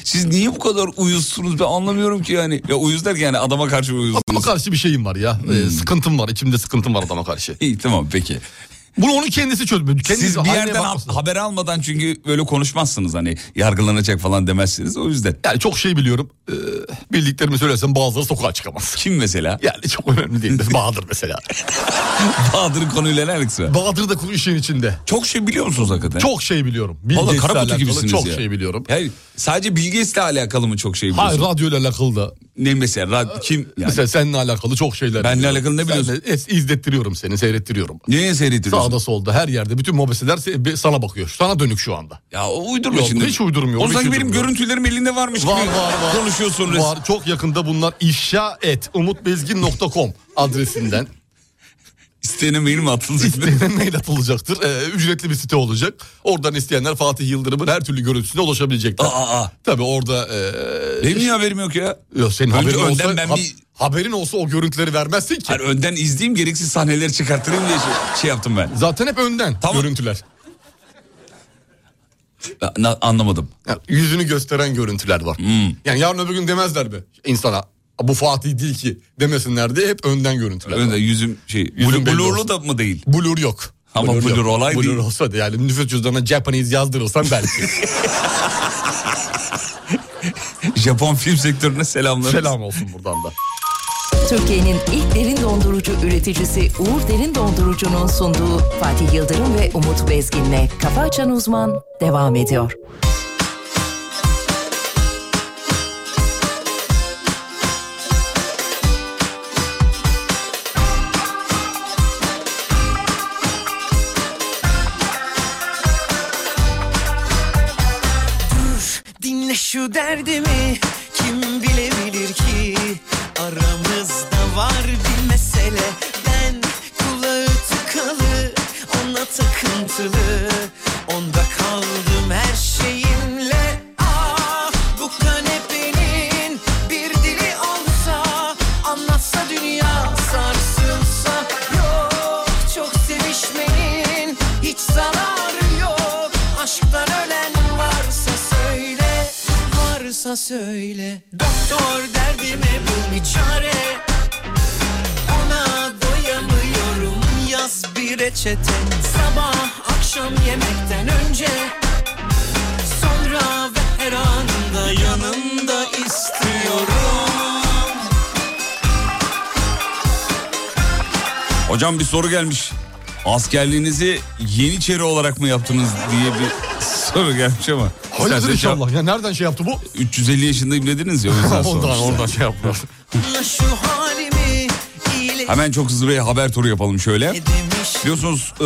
C: siz niye bu kadar uyuzsunuz ben anlamıyorum ki yani ya uyuz derken yani adama karşı mı
D: adama
C: uyuzsunuz Hmm.
D: karşı bir şeyim var ya. Ee, sıkıntım var içimde sıkıntım var adama karşı.
C: İyi tamam peki.
D: Bunu onun kendisi çözmüyor. Kendisi
C: Siz bir
D: haline
C: yerden ha-
D: bakmasın.
C: haber almadan çünkü böyle konuşmazsınız hani yargılanacak falan demezsiniz o yüzden.
D: Yani çok şey biliyorum. e, bildiklerimi söylersem bazıları sokağa çıkamaz.
C: Kim mesela?
D: Yani çok önemli değil.
C: [LAUGHS]
D: Mesela Bahadır mesela.
C: Bahadır'ın konuyla ne alakası var?
D: Bahadır da işin içinde.
C: Çok şey biliyor musunuz hakikaten?
D: Çok şey biliyorum.
C: Valla
D: Bilgeç'le
C: karakutu
D: alakalı
C: gibisiniz
D: Çok
C: ya.
D: şey biliyorum.
C: Hayır, sadece bilgisle alakalı mı çok şey biliyorsun?
D: Hayır radyoyla alakalı da. Ee,
C: Ne mesela? Rad- kim? Yani,
D: Mesela seninle alakalı çok şeyler.
C: Benle
D: biliyorum.
C: alakalı ne biliyorsun?
D: Senle Ee, es- izlettiriyorum seni, seyrettiriyorum.
C: Neye seyrediyorsun?
D: Sağda solda her yerde bütün mobeseler se- be- sana bakıyor. Sana dönük şu anda.
C: Ya o uydurma
D: Yok,
C: şimdi.
D: hiç uydurmuyorum,
C: O
D: hiç
C: sanki benim
D: uydurmuyorum.
C: görüntülerim elinde varmış
D: Var
C: gibi
D: var var.
C: konuşuyorsun resmen.
D: Var çok yakında bunlar ifşa et umutbezgin.com
C: [LAUGHS]
D: adresinden
C: İsteyene mail mi atılacak?
D: isteyen mail atılacaktır. Ee, ücretli bir site olacak. Oradan isteyenler Fatih Yıldırım'ın her türlü görüntüsüne ulaşabilecekler.
C: Aa, aa.
D: Tabii orada ee,
C: Benim niye haberim yok ya?
D: Yok senin
C: Önce
D: haberin
C: önden
D: olsa,
C: ben
D: ha-
C: bir-
D: haberin olsa o görüntüleri vermezsin ki.
C: Hayır önden izleyeyim gereksiz sahneleri çıkartırım diye şey, şey yaptım ben.
D: Zaten hep önden
C: Tamam.
D: görüntüler.
C: Ya, na- anlamadım. Hmm.
D: Yani yüzünü gösteren görüntüler var. Yani yarın öbür gün demezler be insana. Bu Fatih değil ki demesinler diye hep önden görüntüler. var.
C: Önde yüzüm şey.
D: Yüzüm
C: blu-
D: belli
C: Blurlu
D: olsun.
C: da mı değil?
D: Blur yok.
C: Ama blur
D: yok.
C: olay
D: blur
C: değil.
D: olsa da yani nüfus cüzdanına Japanese yazdırırsan belki.
C: [LAUGHS] Japon film sektörüne selamlar.
D: Selam olsun buradan da.
B: Türkiye'nin ilk derin dondurucu üreticisi Uğur Derin Dondurucu'nun sunduğu Fatih Yıldırım ve Umut Bezgin'le Kafa Açan Uzman devam ediyor.
A: Dinle şu derdimi kim bilebilir ki Aramızda var bir mesele Ben kulağı tıkalı ona takıntılı Onda kaldım her şeyimle Ah bu kanepenin bir dili olsa Anlatsa dünya sarsılsa Yok çok sevişmenin hiç zararı yok Aşktan ölen varsa söyle Varsa söyle Doktor derdime bul bir çare ona doyamıyorum Yaz bir reçete Sabah akşam yemekten önce Sonra ve her anında yanımda istiyorum
C: Hocam bir soru gelmiş. Askerliğinizi Yeniçeri olarak mı yaptınız diye bir soru gelmiş ama.
D: Hayırdır
C: İstersen
D: inşallah. Ya nereden şey yaptı bu?
C: şu an 350 yaşındayım dediniz ya o yüzden
D: [LAUGHS] Ondan
C: sormuşlar.
D: oradan şey yaptılar.
A: Şu halimi iyileştirmiş
C: Hemen çok hızlı bir haber turu yapalım şöyle. Biliyorsunuz e,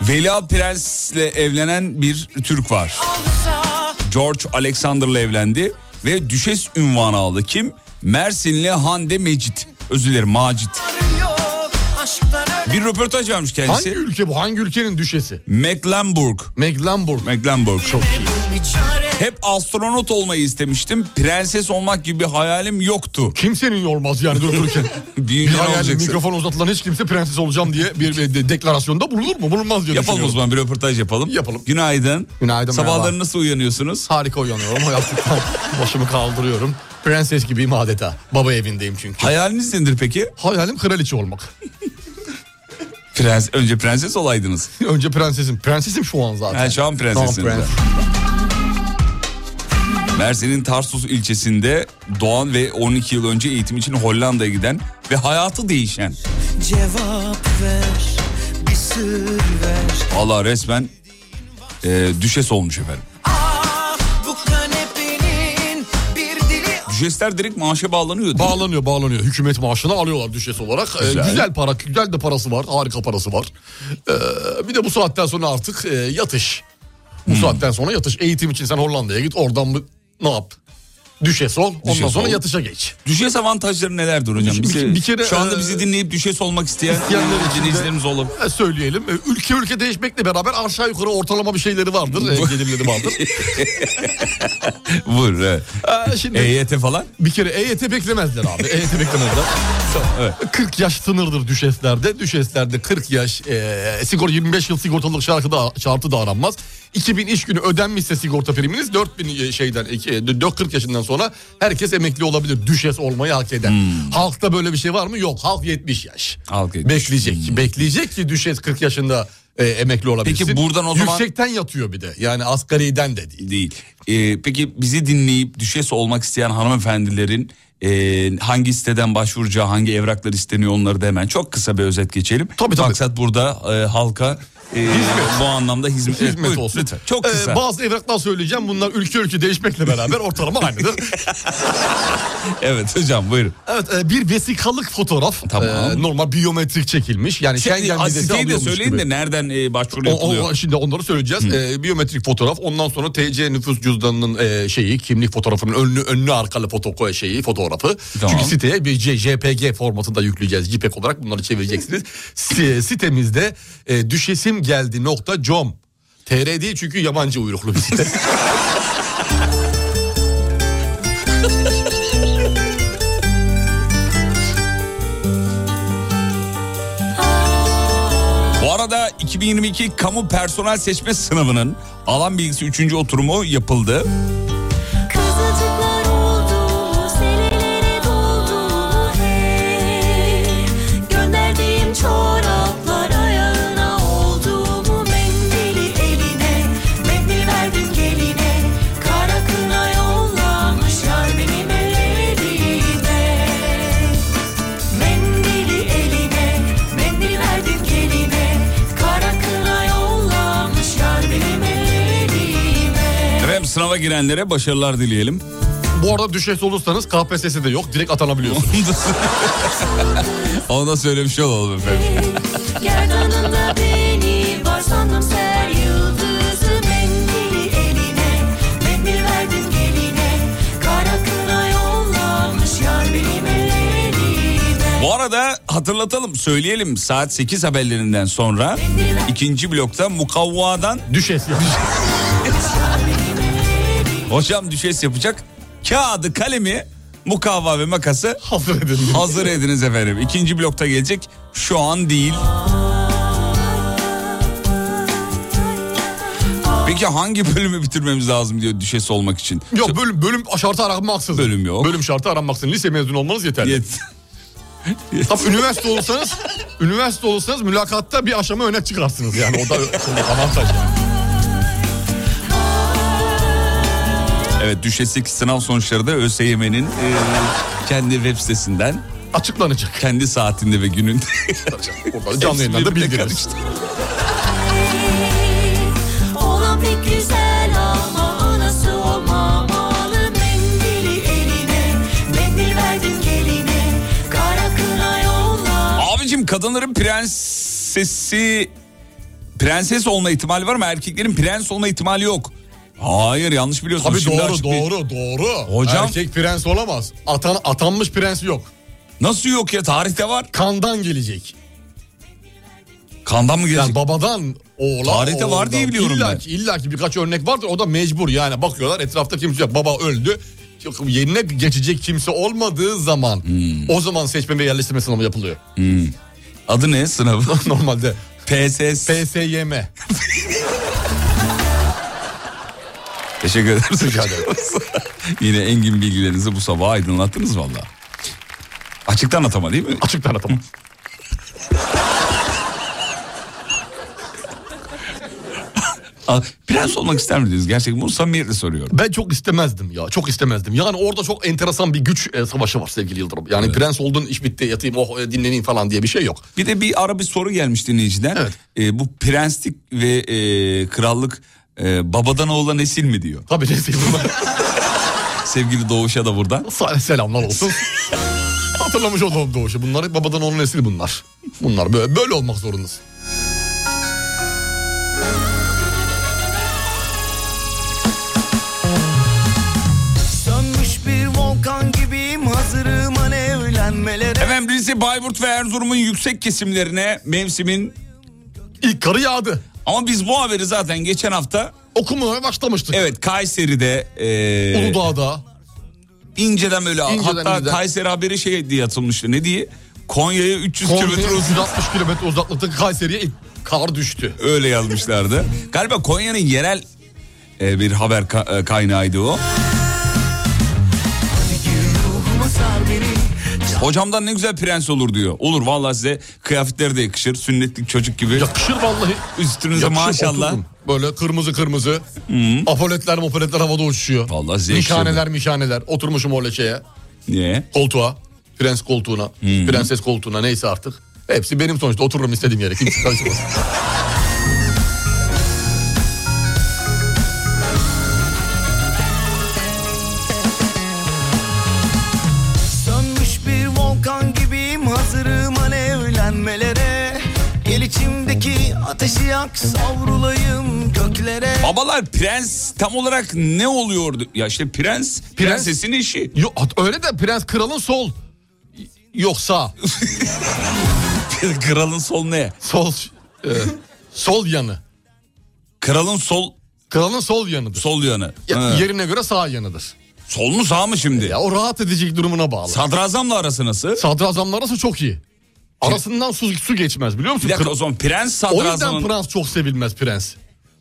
C: Veliaht Prens'le evlenen bir Türk var.
A: olsa
C: George Alexander'la evlendi ve düşes ünvanı aldı. Kim? Mersinli Hande Mecit. Özür dilerim Macit.
A: yok Aşktan ölen
C: Bir röportaj vermiş
D: Hangi
C: kendisi.
D: ülke bu? Hangi ülkenin düşesi?
C: Mecklenburg.
D: Mecklenburg.
C: Mecklenburg.
A: bir çare
C: Hep astronot olmayı istemiştim. Prenses olmak gibi bir hayalim yoktu.
D: Kimsenin yormaz yani durdururken.
C: [LAUGHS] Bir
D: bir
C: ünvan
D: hayali
C: olacaksın.
D: mikrofon uzatılan hiç kimse prenses olacağım diye bir, bir de- deklarasyonda bulunur mu? Bulunmaz diye
C: Yapalım o
D: düşünüyorum.
C: zaman bir röportaj yapalım.
D: Yapalım.
C: Günaydın.
D: Günaydın,
C: Sabahları
D: merhaba.
C: nasıl uyanıyorsunuz?
D: Harika uyanıyorum. Yastıktan [LAUGHS] başımı kaldırıyorum. Prenses gibiyim adeta. Baba evindeyim çünkü.
C: Hayaliniz nedir peki?
D: Hayalim kraliçe olmak. [LAUGHS]
C: Prens, önce prenses olaydınız.
D: Önce prensesim. Prensesim şu an zaten.
C: Ha, şu an prensesiniz.
D: Tamam, prens.
C: Mersin'in Tarsus ilçesinde doğan ve 12 yıl önce eğitim için Hollanda'ya giden ve hayatı değişen.
A: Cevap ver Bir sır ver
C: Allah resmen e, düşes olmuş efendim.
A: Ah bu kanepenin bir
E: [LAUGHS]
A: dili
C: Düşesler direkt maaşa bağlanıyor değil mi?
D: Bağlanıyor bağlanıyor. Hükümet maaşını alıyorlar düşes olarak. Ee,
C: Güzel.
D: Güzel. para, güzel de parası var. Harika parası var. Ee, bir de bu saatten sonra artık e, yatış. Bu
C: Hmm.
D: saatten sonra yatış. Eğitim için sen Hollanda'ya git. Oradan mı ne yap? Düşes ol. Ondan
C: Düşes
D: sonra
C: ol.
D: yatışa geç.
C: Düşes avantajları nelerdir hocam?
D: Bir-
C: Bize-
D: bir kere,
C: şu anda
D: e,
C: bizi dinleyip düşes olmak isteyen
D: İsteyenler için de-
C: dinleyicilerimiz olur. [LAUGHS]
D: E, söyleyelim. E, Ülke ülke değişmekle beraber aşağı yukarı ortalama bir şeyleri vardır. E, gelirleri
C: [LAUGHS]
D: vardır.
C: Vur. evet.
D: E, şimdi
C: EYT falan.
D: bir kere EYT beklemezler abi. EYT beklemezler.
C: Evet.
D: 40 yaş sınırdır düşeslerde. Düşeslerde 40 yaş e, sigor 25 yıl sigortalılık şartı da, şartı da aranmaz. 2000 iş günü ödenmişse sigorta priminiz 4000 şeyden e, 4 40 yaşından sonra herkes emekli olabilir. Düşes olmayı hak eder. Halkta böyle bir şey var mı? Yok. Halk 70 yaş.
C: Hmm. Halk Hmm. 70.
D: Bekleyecek. Bekleyecek ki düşes 40 yaşında e, emekli olabilirsin.
C: Peki buradan o zaman-
D: Yüksekten yatıyor bir de yani asgariden de değil.
C: Değil. Ee, peki bizi dinleyip düşes olmak isteyen hanımefendilerin e, hangi siteden başvuracağı, hangi evraklar isteniyor onları da hemen çok kısa bir özet geçelim.
D: Tabii, tabii.
C: Maksat burada e, halka e, bu anlamda hizmet,
D: Hizmet
C: Buyurun,
D: olsun.
C: lütfen. Çok kısa.
D: Ee, bazı evraklar söyleyeceğim. Bunlar ülke ülke değişmekle beraber ortalama
C: [LAUGHS]
D: aynıdır.
C: Evet hocam buyurun.
D: Evet e, bir vesikalık fotoğraf.
C: Tamam.
D: Ee, normal biyometrik çekilmiş. Yani Schengen
C: Şimdi,
D: vizesi
C: siteyi Şey, de
D: alıyormuş
C: söyleyin
D: gibi.
C: de nereden e, başvuru
D: O-
C: yapılıyor?
D: o- şimdi onları söyleyeceğiz. Ee, biyometrik fotoğraf. Ondan sonra TC nüfus cüzdanının e, şeyi, kimlik fotoğrafının önlü önlü arkalı fotoko şeyi, fotoğrafı.
C: Tamam.
D: Çünkü siteye bir C- JPG formatında yükleyeceğiz. JPEG olarak bunları çevireceksiniz. Si- sitemizde e, düşesimgeldi.com TR değil çünkü yabancı uyruklu bir
C: [LAUGHS]
D: site.
C: Bu arada 2022 kamu personel seçme sınavının alan bilgisi 3. oturumu yapıldı.
E: Kazıcıklar oldu Selelere doldu hey Gönderdiğim çoraplar ayağına oldu mu Mendili eline mendil verdim geline Kara kına yollamış yar benim ellerine Mendili eline mendil verdim geline Kara kına yollamış yar benim ellerine
C: Efendim sınava girenlere başarılar dileyelim.
D: Bu arada düşes olursanız KPSS'de yok. Direkt atanabiliyorsunuz.
C: Onu da, Onu da söylemiş olalım efendim.
E: Gerdanında beni var sandım ser yıldızı mendili eline Mendil verdim geline Kara kına yollamış yar benim
C: [LAUGHS]
E: ellerine
C: Bu arada hatırlatalım, söyleyelim saat 8 haberlerinden sonra ikinci blokta mukavvadan
D: Düşes yok.
C: [LAUGHS] hocam düşes yapacak kağıdı, kalemi, mukavva ve makası
D: Hazır edin.
C: hazır ediniz efendim. İkinci blokta gelecek şu an değil. Peki hangi bölümü bitirmemiz lazım diyor düşes olmak için?
D: Yok bölüm, bölüm şartı aranmaksızın.
C: Bölüm yok.
D: Bölüm şartı aranmaksızın. Lise mezunu olmanız yeterli. [LAUGHS]
C: Yet-
D: Tabii üniversite olursanız, üniversite olursanız mülakatta bir aşama öne çıkarsınız yani. O da avantaj. yani.
C: Evet düşeslik sınav sonuçları da ÖSYM'nin e, kendi web sitesinden
D: Açıklanacak.
C: kendi saatinde ve gününde.
D: Oradan canlı yayından da bildiririz.
E: Olan pek güzel ama anası olmamalı Mendili eline mendil verdim geline Kara kına yollamış
C: Abicim kadınların prensesi prenses olma ihtimali var mı? Erkeklerin prens olma ihtimali yok. Hayır yanlış biliyorsun.
D: Tabii
C: Şimdi
D: doğru
C: açıklayayım.
D: doğru doğru.
C: Hocam-
D: Erkek prens olamaz. Atan, atanmış prens yok.
C: Nasıl yok ya tarihte var.
D: Kandan gelecek.
C: Kandan mı gelecek?
D: Yani babadan oğlan.
C: Tarihte var
D: oğuldan.
C: diye biliyorum
D: İlla
C: ben.
D: ki, illa ki birkaç örnek vardır o da mecbur yani bakıyorlar etrafta kimse yok. Baba öldü. Yok, Yerine geçecek kimse olmadığı zaman
C: Hmm,
D: o zaman seçme ve yerleştirme sınavı yapılıyor.
C: Adı ne sınavı?
D: [LAUGHS] Normalde
C: PSS.
D: PSYM.
C: Teşekkür ederiz.
D: Rica ederim.
C: Yine engin bilgilerinizi bu sabah aydınlattınız valla. Açıktan atama değil mi?
D: Açıktan atalım.
C: Aa, Prens olmak ister miydiniz? Gerçekten bunu samimiyetle soruyorum.
D: Ben çok istemezdim ya. Çok istemezdim. Yani orada çok enteresan bir güç e, savaşı var sevgili Yıldırım. Yani prens oldun iş bitti yatayım oh e, dinleneyim falan diye bir şey yok.
C: Bir de bir ara bir soru gelmiş dinleyiciden.
D: Evet.
C: Ee, bu prenslik ve e, krallık e, babadan oğula nesil mi diyor.
D: Tabii neyse Yıldırım.
C: Sevgili Doğuş'a da buradan.
D: Sa- Selamlar
C: [LAUGHS]
D: olsun. Hatırlamış olalım doğuşu. Bunlar hep babadan onun nesli bunlar. Bunlar böyle, böyle olmak zorundasın.
A: Sönmüş bir volkan gibiyim hazırım hani evlenmelere
C: Efendim birisi Bayburt ve Erzurum'un yüksek kesimlerine mevsimin...
D: İlk karı yağdı.
C: Ama biz bu haberi zaten geçen hafta...
D: Okumaya başlamıştık.
C: Evet Kayseri'de... E,
D: Uludağ'da.
C: İnceden böyle
D: İnceden,
C: hatta
D: inceden.
C: Kayseri haberi şey diye atılmıştı. Ne diye? Konya'ya 300
D: Konya'ya
C: kilometre
D: 360 kilometre uzaklıktaki Kayseri'ye ilk kar düştü.
C: öyle yazmışlardı. Galiba Konya'nın yerel e, bir haber ka- e, kaynağıydı o. Hocamdan ne güzel prens olur diyor. Olur vallahi size kıyafetleri de yakışır. Sünnetlik çocuk gibi.
D: Yakışır vallahi.
C: Üstünüze
D: Yakışır,
C: maşallah. Hmm.
D: oturdum. Böyle kırmızı kırmızı. Apoletler mopoletler havada uçuşuyor.
C: Vallahi zevk
D: Mişaneler mişaneler. Oturmuşum öyle şeye.
C: Niye? Hmm.
D: Koltuğa. Prens koltuğuna. Prenses koltuğuna neyse artık. Hepsi benim sonuçta otururum istediğim yere. Kimse karışmaz.
A: Sönmüş bir volkan gibiyim hazırım alevlenmelere Gel içimdeki ateşi yak savrulayım göklere
C: Babalar prens tam olarak ne oluyordu? Ya işte prens, prensesin işi.
D: Yo, at- öyle de prens kralın sol. Yok sağ.
C: [LAUGHS] Kralın sol ne?
D: Sol. e, sol yanı.
C: Kralın sol
D: Kralın sol yanıdır.
C: sol yanı.
D: Ya-
C: Ha.
D: Yerine göre sağ yanıdır.
C: Sol mu sağ mı şimdi?
D: Ya o rahat edecek durumuna bağlı.
C: Sadrazamla arası nasıl?
D: Sadrazamlar arası çok iyi. Arasından su, su geçmez biliyor musun?
C: Bir dakika
D: Kral-
C: o zaman prens
D: o yüzden
C: sadrazamın...
D: prens çok sevilmez prens.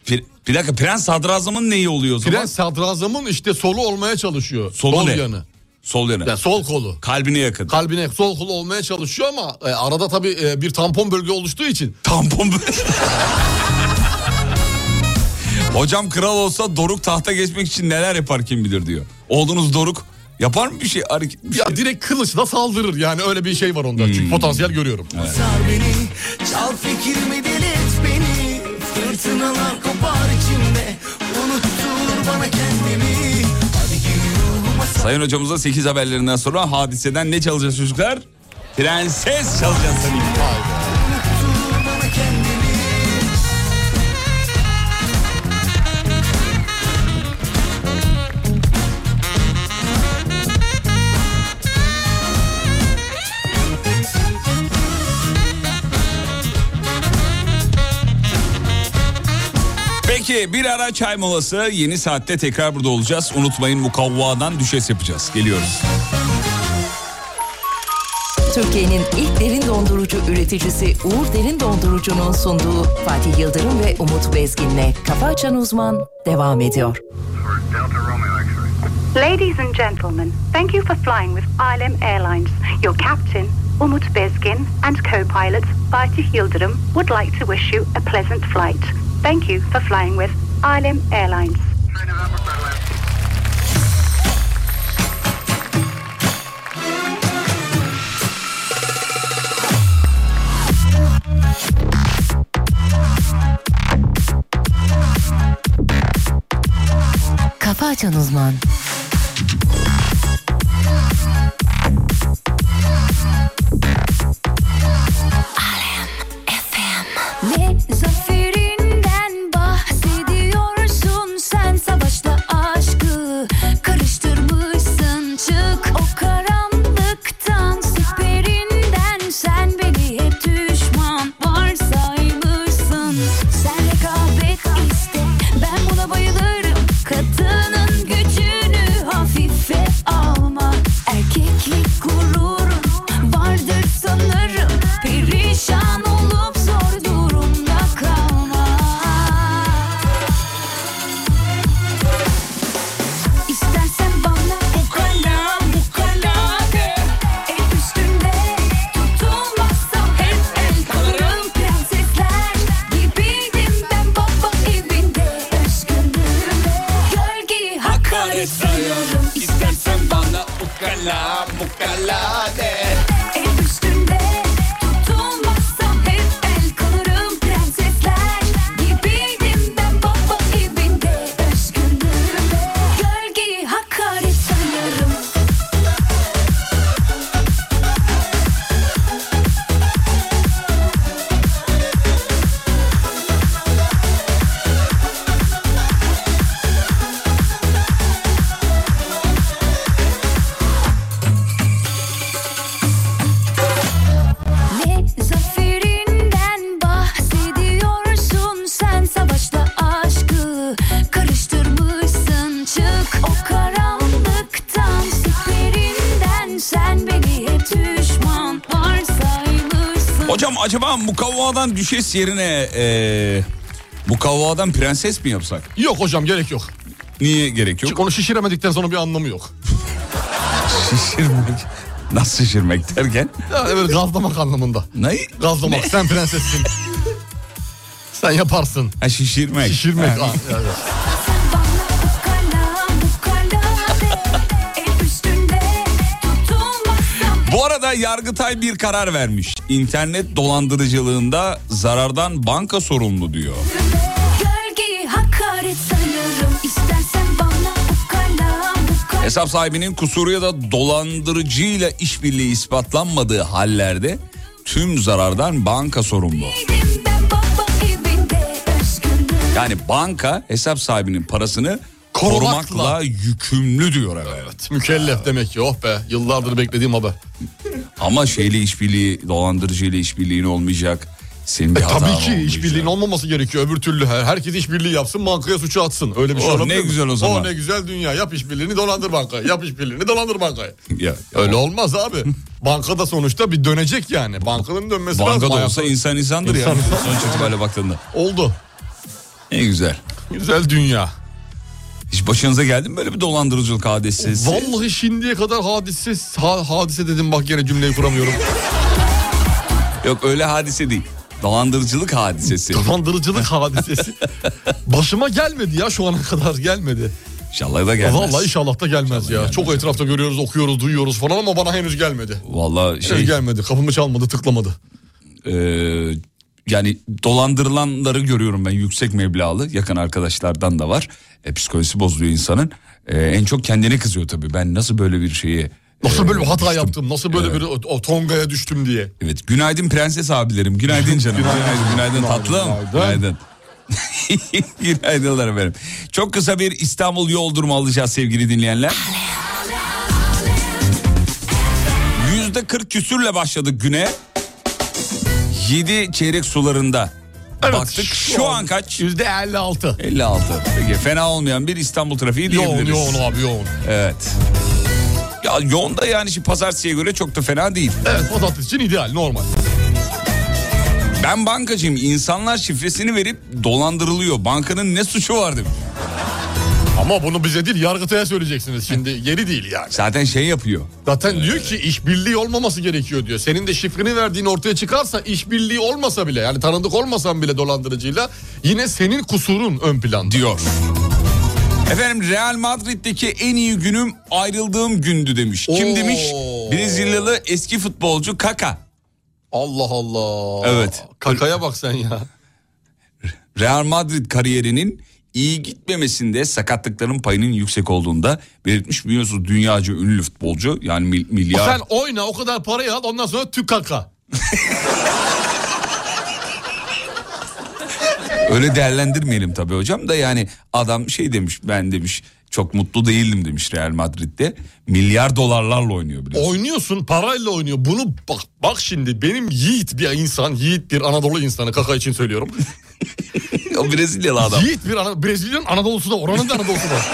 C: Pri- bir dakika prens sadrazamın neyi oluyor o zaman?
D: Prens sadrazamın işte solu olmaya çalışıyor.
C: Solu
D: sol
C: ne?
D: yanı.
C: Sol yanı.
D: Yani sol kolu.
C: Kalbine yakın.
D: Kalbine sol kolu olmaya çalışıyor ama e, arada tabii e, bir tampon bölge oluştuğu için
C: Tampon böyle. Hocam kral olsa Doruk tahta geçmek için neler yapar kim bilir diyor. Oğlunuz Doruk yapar mı bir şey? Hareket- bir şey-
D: ya direkt kılıçla saldırır yani öyle bir şey var onda.
C: Hmm.
D: Çünkü potansiyel görüyorum.
A: Sar beni, çal fikrimi deli et beni Fırtınalar kopar içimde, unuttur bana kendimi Hadi gir ruhuma sar
C: Sayın hocamıza 8 haberlerinden sonra hadiseden ne çalacağız çocuklar? Prenses çalacağız tabii ki.
A: unuttur bana kendimi
C: Peki bir ara çay molası yeni saatte tekrar burada olacağız. Unutmayın mukavvadan düşes yapacağız. Geliyoruz.
B: Türkiye'nin ilk derin dondurucu üreticisi Uğur Derin Dondurucu'nun sunduğu Fatih Yıldırım ve Umut Bezgin'le Kafa Açan Uzman devam ediyor.
G: Ladies and gentlemen, thank you for flying with ILM Airlines. Your captain, Umut Bezgin, and co-pilot Fatih Yildirim would like to wish you a pleasant flight. Thank you for flying with ILM Airlines.
B: Kafa Açan Uzman
E: Ne zaferinden bahsediyorsun sen savaşla aşkı karıştırmışsın çık o karanlıktan süperinden sen beni hep düşman var saymışsın sen rekabet iste ben buna bayılırım kadının gücünü hafife alma erkeklik gururun vardır sanırım perişan olup zor durumda kalma. İstersen bana bu kala bu kala de El üstünde tutulmazsam hep el kalırım Prensesler gibiydim ben baba evinde Özgürlüğüme gölgeyi hakaret sayıyorum İstersen bana
C: Ukala mukala de.
E: el üstünde tutulmazsam hep el kalırım Prensesler gibiydim ben baba evinde Özgürlüğüme gölgeyi hakaret sayıyorum Ne zaferinden bahsediyorsun sen savaşla aşkı karıştırmışsın çık o karanlıktan süperinden sen beni hep düşman varsaymışsın.
C: Hocam acaba mukavvadan düşes yerine eee mukavvadan prenses mi yapsak?
D: Yok hocam gerek yok.
C: Niye gerek yok?
D: Çünkü onu şişiremedikten sonra bir anlamı yok.
C: Şişirmek. Nasıl şişirmek derken?
D: Yani böyle gazlamak anlamında.
C: Ne?
D: Gazlamak. Sen
C: [LAUGHS]
D: prensessin. Sen yaparsın.
C: Ha şişirmek.
D: Şişirmek.
C: Ha.
D: Ha, evet.
C: Bu arada Yargıtay bir karar vermiş. İnternet dolandırıcılığında zarardan banka sorumlu diyor.
E: Gölgeyi hakaret sanırım İstersen bana ukala
C: Hesap sahibinin kusuru ya da dolandırıcıyla işbirliği ispatlanmadığı hallerde tüm zarardan banka sorumlu. Yani banka hesap sahibinin parasını korumakla,
D: Korumakla.
C: yükümlü diyor evet.
D: Mükellef demek ki oh be yıllardır beklediğim haber.
C: Ama şeyle işbirliği, dolandırıcıyla işbirliğin olmayacak. Senin bir
D: E
C: hatan
D: tabii ki
C: olmayacak.
D: işbirliğinin olmaması gerekiyor öbür türlü. her- Herkes işbirliği yapsın bankaya suçu atsın. Öyle bir şey
C: Oh,
D: olabilir
C: ne
D: mi?
C: güzel o zaman.
D: Oh ne güzel dünya yap işbirliğini dolandır bankayı. Yap işbirliğini dolandır bankayı.
C: Ya,
D: Öyle olmaz abi. Bankada sonuçta bir dönecek yani. Bankanın dönmesi lazım.
C: Banka da
D: Ayakta-
C: olsa insan insandır ya.
D: İnsan insan.
C: Sonuç itibariyle baktığında.
D: Oldu.
C: Ne güzel.
D: Güzel dünya.
C: Hiç başınıza geldi mi böyle bir dolandırıcılık hadisesi?
D: Vallahi şimdiye kadar hadise, ha- hadise dedim bak yine cümleyi kuramıyorum.
C: Yok öyle hadise değil. Dolandırıcılık hadisesi. [LAUGHS]
D: Dolandırıcılık hadisesi. Başıma gelmedi ya şu ana kadar gelmedi.
C: İnşallah da gelmez.
D: Vallahi inşallah da gelmez ya. Çok etrafta görüyoruz, okuyoruz, duyuyoruz falan ama bana henüz gelmedi.
C: Vallahi
D: Henüz
C: şey
D: gelmedi. Kapımı çalmadı, tıklamadı.
C: eee, Ee, yani dolandırılanları görüyorum ben yüksek meblağlı yakın arkadaşlardan da var. E, psikolojisi bozuluyor insanın. E, en çok kendine kızıyor tabii. Ben nasıl böyle bir şeyi e,
D: Nasıl böyle bir hata yaptım? Nasıl böyle bir o, o tongaya düştüm diye.
C: Evet. Günaydın prenses abilerim. Günaydın canım. günaydın, günaydın, tatlım. Günaydın. [LAUGHS] Günaydınlar efendim. Çok kısa bir İstanbul yol durumu alacağız sevgili dinleyenler. Yüzde 40 küsürle başladık güne. 7 çeyrek sularında baktık. Şu, an, kaç?
D: Yüzde 56.
C: 56. Peki fena olmayan bir İstanbul trafiği
D: Yoğun
C: diyebiliriz.
D: yoğun abi yoğun.
C: Evet. Ya yoğun da yani şimdi pazartesiye göre çok da fena değil.
D: Evet patates için ideal normal.
C: Ben bankacıyım. İnsanlar şifresini verip dolandırılıyor. Bankanın ne suçu var demiş.
D: Ama bunu bize değil Yargıtay'a söyleyeceksiniz şimdi. Yeri değil yani.
C: Zaten şey yapıyor.
D: Zaten diyor ki işbirliği olmaması gerekiyor diyor. Senin de şifreni verdiğin ortaya çıkarsa işbirliği olmasa bile yani tanıdık olmasan bile dolandırıcıyla yine senin kusurun ön planda.
C: Diyor. Efendim Real Madrid'deki en iyi günüm ayrıldığım gündü demiş. Kim
D: Oo.
C: demiş? Brezilyalı eski futbolcu Kaka.
D: Allah Allah.
C: Evet.
D: Kakaya bak sen ya.
C: Real Madrid kariyerinin iyi gitmemesinde sakatlıkların payının yüksek olduğunda belirtmiş biliyorsunuz dünyaca ünlü futbolcu yani mil- milyar.
D: Sen oyna o kadar parayı al ondan sonra tük kaka.
C: Öyle değerlendirmeyelim tabii hocam da yani adam şey demiş ben demiş çok mutlu değilim demiş Real Madrid'de. Milyar dolarlarla oynuyor biliyorsun.
D: Oynuyorsun parayla oynuyor. Bunu bak bak şimdi benim yiğit bir insan, yiğit bir Anadolu insanı kaka için söylüyorum.
C: [LAUGHS] O Brezilyalı adam.
D: Yiğit bir Ana- Brezilya'nın Anadolu'su da oranın da Anadolu'su var.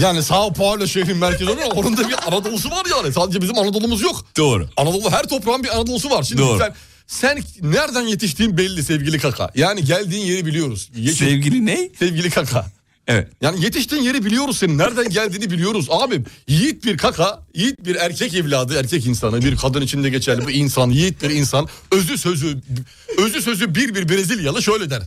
D: Yani Sao Paulo şehrin merkezi ama onun da bir Anadolu'su var yani. Sadece bizim Anadolu'muz yok.
C: Doğru.
D: Anadolu her toprağın bir Anadolu'su var. Şimdi
C: Doğru.
D: sen sen nereden yetiştiğin belli sevgili kaka. Yani geldiğin yeri biliyoruz. Yetiş-
C: Sevgili ne?
D: sevgili kaka.
C: Evet.
D: Yani yetiştiğin yeri biliyoruz senin. Nereden geldiğini biliyoruz. Abim yiğit bir kaka, yiğit bir erkek evladı, erkek insanı, bir kadın içinde geçerli bir insan, yiğit bir insan. Özü sözü, özü sözü bir bir Brezilyalı şöyle der.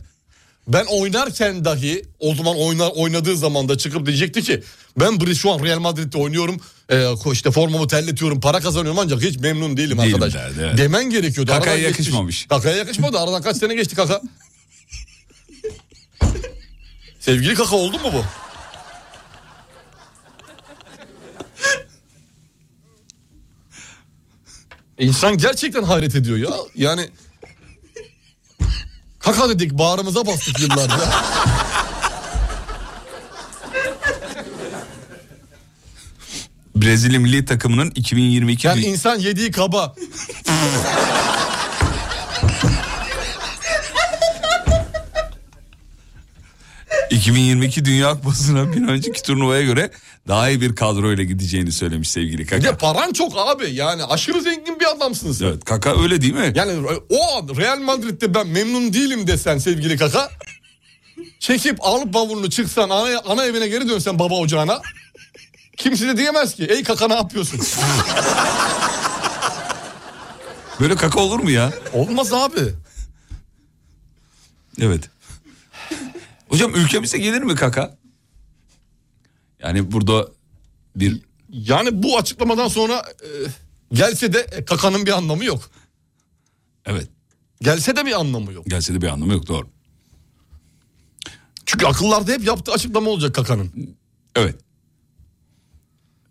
D: Ben oynarken dahi o zaman oynar oynadığı zaman da çıkıp diyecekti ki ben Bre- şu an Real Madrid'de oynuyorum. e, ko- işte formamı terletiyorum, para kazanıyorum ancak hiç memnun değilim,
C: Değilim
D: arkadaş.
C: derdi, evet.
D: Demen gerekiyordu.
C: Kaka'ya
D: Aradan geçmiş-
C: yakışmamış.
D: Kaka'ya yakışmadı. Aradan kaç sene geçti kaka? Sevgili kaka oldu mu bu? İnsan gerçekten hayret ediyor ya. Yani kaka dedik bağrımıza bastık yıllarca.
C: Brezilya milli takımının 2022
D: Yani
C: dü-
D: insan yediği kaba.
C: dü- 2022 Dünya Kupası'na bir önceki turnuvaya göre daha iyi bir kadroyla gideceğini söylemiş sevgili
D: Bir de
C: Kaka.
D: paran çok abi. Yani aşırı zengin bir adamsınız. sen.
C: Evet, Kaka öyle değil mi?
D: Yani o an Real Madrid'de ben memnun değilim desen sevgili kaka. Çekip alıp bavulunu çıksan ana, ana evine geri dönsen baba ocağına. Kimse de diyemez ki. Ey kaka ne yapıyorsun?
C: Böyle kaka olur mu ya?
D: [LAUGHS] Olmaz abi.
C: Evet. Hocam ülkemize gelir mi kaka? Yani burada bir...
D: Yani bu açıklamadan sonra e, gelse de e, kakanın bir anlamı yok.
C: Evet.
D: Gelse de bir anlamı yok.
C: Gelse de bir anlamı yok doğru.
D: Çünkü akıllarda hep yaptığı açıklama olacak kakanın.
C: Evet.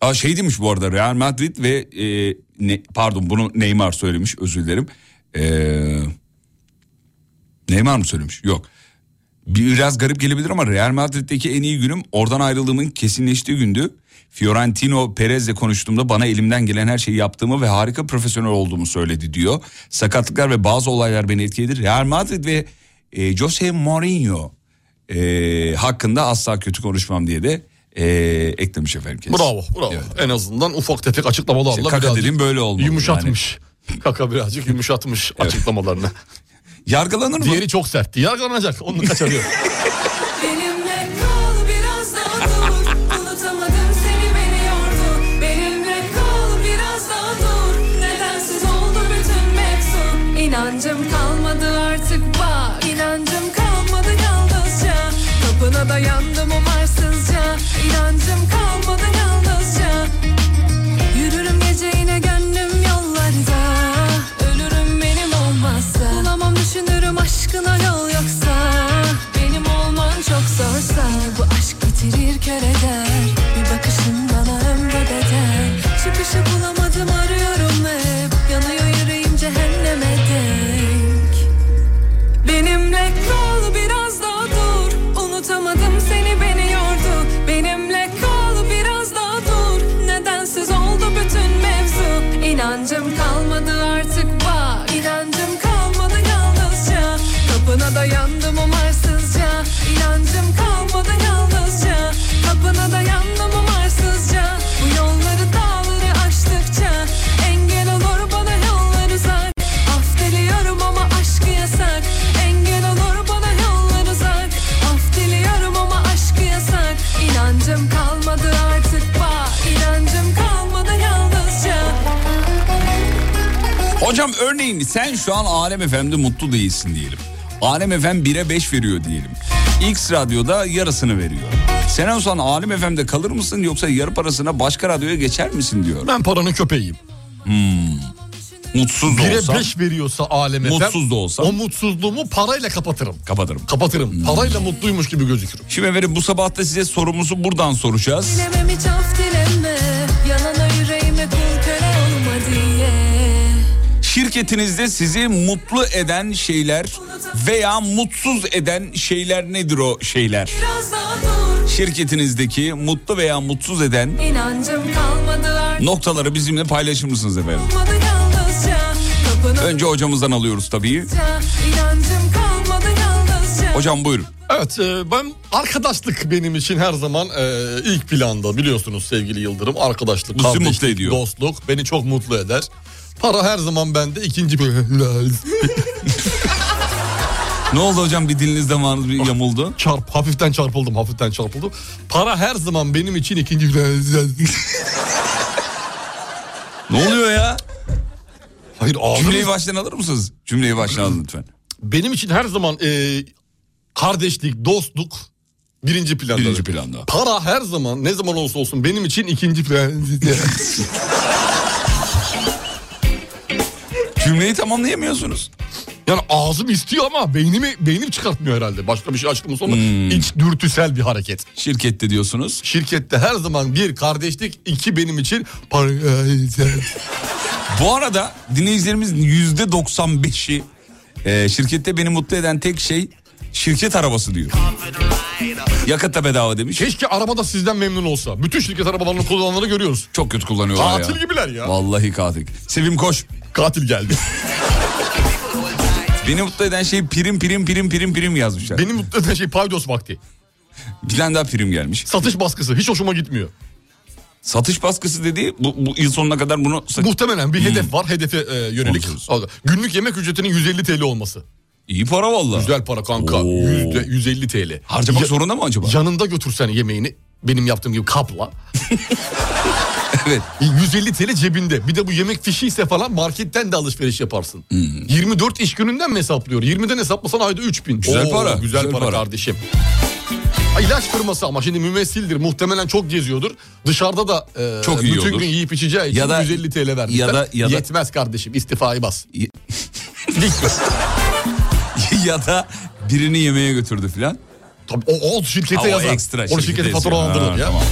C: Aa şey demiş bu arada Real Madrid ve e, ne, pardon bunu Neymar söylemiş özür dilerim. Ee, Neymar mı söylemiş? Yok. Biraz garip gelebilir ama Real Madrid'deki en iyi günüm oradan ayrıldığımın kesinleştiği gündü. Fiorentino Perez'le konuştuğumda bana elimden gelen her şeyi yaptığımı ve harika profesyonel olduğumu söyledi diyor. Sakatlıklar ve bazı olaylar beni etkiledi. Real Madrid ve e, Jose Mourinho e, hakkında asla kötü konuşmam diye de e, eklemiş efendim kendisi.
D: Bravo, bravo. En azından ufak tefek açıklamalarla
C: İşte kaka
D: birazcık
C: dediğim böyle olmalı
D: Yumuşatmış. Kaka birazcık
C: [LAUGHS]
D: yumuşatmış açıklamalarını.
C: Yargılanır mı?
D: Diğeri çok sertti. Yargılanacak. Onu
C: [LAUGHS]
D: kaçırıyor.
H: Benimle kal biraz daha dur Unutamadım seni beni yordu Benimle kal biraz daha dur Nedensiz oldu bütün mevzu İnancım kalmadı artık bak İnancım kalmadı yalnızca Kapına dayandım umarsızca İnancım kalmadı yalnızca Yürürüm gece yine gönlüm yollarda Ölürüm benim olmazsa Bulamam düşünürüm aşkına yol yoksa Benim olman çok zorsa Bu aşk bitirir kör eder Bir bakışın bana ömre bedel Çıkışı bulamadım arıyorum hep Yanıyor yüreğim cehenneme dek Benimle kal biraz daha dur Unutamadım seni beni yordu Benimle kal biraz daha dur Nedensiz oldu bütün mevzu İnancım kalmadı artık bak İnancım kalmadı yalnızca Kapına dayandım umarsızca İnancım kalmadı yalnızca Kapına dayandım umarsızca Bu yolları dağları aştıkça Engel olur bana yollar uzak Af diliyorum ama aşkı yasak Engel olur bana yollar uzak Af diliyorum ama aşkı yasak İnancım kalmadı artık bak İnancım kalmadı yalnızca
C: Hocam örneğin sen şu an Alem FM'de mutlu değilsin diyelim. Alem FM 1'e 5 veriyor diyelim. X radyoda yarısını veriyor. Sen en son Alem FM'de kalır mısın yoksa yarı parasına başka radyoya geçer misin diyor.
D: ben paranın köpeğiyim.
C: Hmm. Mutsuz da olsam.
D: Bire beş veriyorsa aleme.
C: Mutsuz da olsam.
D: O mutsuzluğumu parayla kapatırım.
C: Kapatırım. Hmm.
D: Kapatırım. Parayla mutluymuş gibi gözükürüm.
C: Şimdi efendim bu sabah da size sorumuzu buradan soracağız.
H: Dilemem hiç af dileme Yanana yüreğime kul köle olma diye
C: Şirketinizde sizi mutlu eden şeyler veya mutsuz eden şeyler nedir o şeyler?
H: Biraz daha dur
C: Şirketinizdeki mutlu veya mutsuz eden
H: İnancım kalmadı artık
C: noktaları bizimle paylaşır mısınız efendim?
H: Olmadı yalnızca Kapına
C: Önce hocamızdan alıyoruz tabii.
H: İnancım kalmadı yalnızca
C: Hocam buyurun.
D: Evet e, ben arkadaşlık benim için her zaman e, ilk planda biliyorsunuz sevgili Yıldırım. Arkadaşlık,
C: Bizi
D: kardeşlik,
C: mutlu ediyor.
D: dostluk beni çok mutlu eder. Para her zaman bende ikinci bir...
C: [LAUGHS] Ne oldu hocam bir diliniz damağınız bir yamuldu.
D: Ah, Çarp, hafiften çarpıldım, hafiften çarpıldım. Para her zaman benim için ikinci
C: Ne oluyor ya?
D: Hayır
C: Cümleyi
D: ağzınız
C: baştan alır mısınız? Cümleyi baştan alın lütfen.
D: benim için her zaman e, kardeşlik, dostluk birinci planda.
C: Birinci planda.
D: Para her zaman ne zaman olsa olsun benim için ikinci planda.
C: [LAUGHS] Cümleyi tamamlayamıyorsunuz.
D: yani ağzım istiyor ama beynimi beynim çıkartmıyor herhalde. Başka bir şey açıklaması olmaz. İç dürtüsel bir hareket.
C: Hmm. Şirkette diyorsunuz.
D: Şirkette her zaman bir kardeşlik, iki benim için para. [LAUGHS]
C: Bu arada dinleyicilerimiz yüzde 95'i e, şirkette beni mutlu eden tek şey şirket arabası diyor. Yakıt da bedava demiş.
D: Keşke arabada sizden memnun olsa. Bütün şirket arabalarını kullananları görüyoruz.
C: Çok kötü kullanıyorlar ya.
D: Katil gibiler ya.
C: Vallahi katil. Sevim koş.
D: Katil [LAUGHS] geldi.
C: Beni mutlu eden şey prim prim prim prim prim yazmışlar.
D: Benim mutlu eden şey paydos vakti.
C: Bir tane daha prim gelmiş.
D: Satış baskısı hiç hoşuma gitmiyor.
C: Satış baskısı dediği bu, bu yıl sonuna kadar bunu... Hmm.
D: Muhtemelen bir hedef var. Hedefe e, yönelik.
C: Konuşuruz.
D: Al- Günlük yemek ücretinin 150 TL olması.
C: İyi para vallahi.
D: Güzel para kanka.
C: Oo.
D: Yüzde 150 TL.
C: Harcamak
D: Ya-
C: zorunda mı acaba?
D: Yanında götürsen yemeğini Benim yaptığım gibi
C: [LAUGHS]
D: kapla. evet. 150 TL cebinde. Bir de bu yemek fişi ise falan marketten de alışveriş yaparsın.
C: Hmm.
D: 24 iş gününden mi hesaplıyor? 20'den hesaplasan ayda 3000.
C: Güzel para,
D: Güzel,
C: güzel
D: para,
C: para.
D: kardeşim. Ay, ilaç firması ama şimdi mümessildir. Muhtemelen çok geziyordur. Dışarıda da e,
C: Çok iyi
D: bütün
C: olur.
D: gün yiyip içeceği için
C: Ya da-
D: 150 TL vermişler.
C: ya da- ya da-
D: Yetmez kardeşim istifayı bas.
C: [LAUGHS] ya da birini yemeğe götürdü filan.
D: Tabii o, o şirkete
C: Ha, o
D: yazar.
C: ekstra
D: Onu
C: şirkete
D: şirketi
C: yazıyor.
D: faturalandırır
C: Ha,
D: ya.
C: tamam.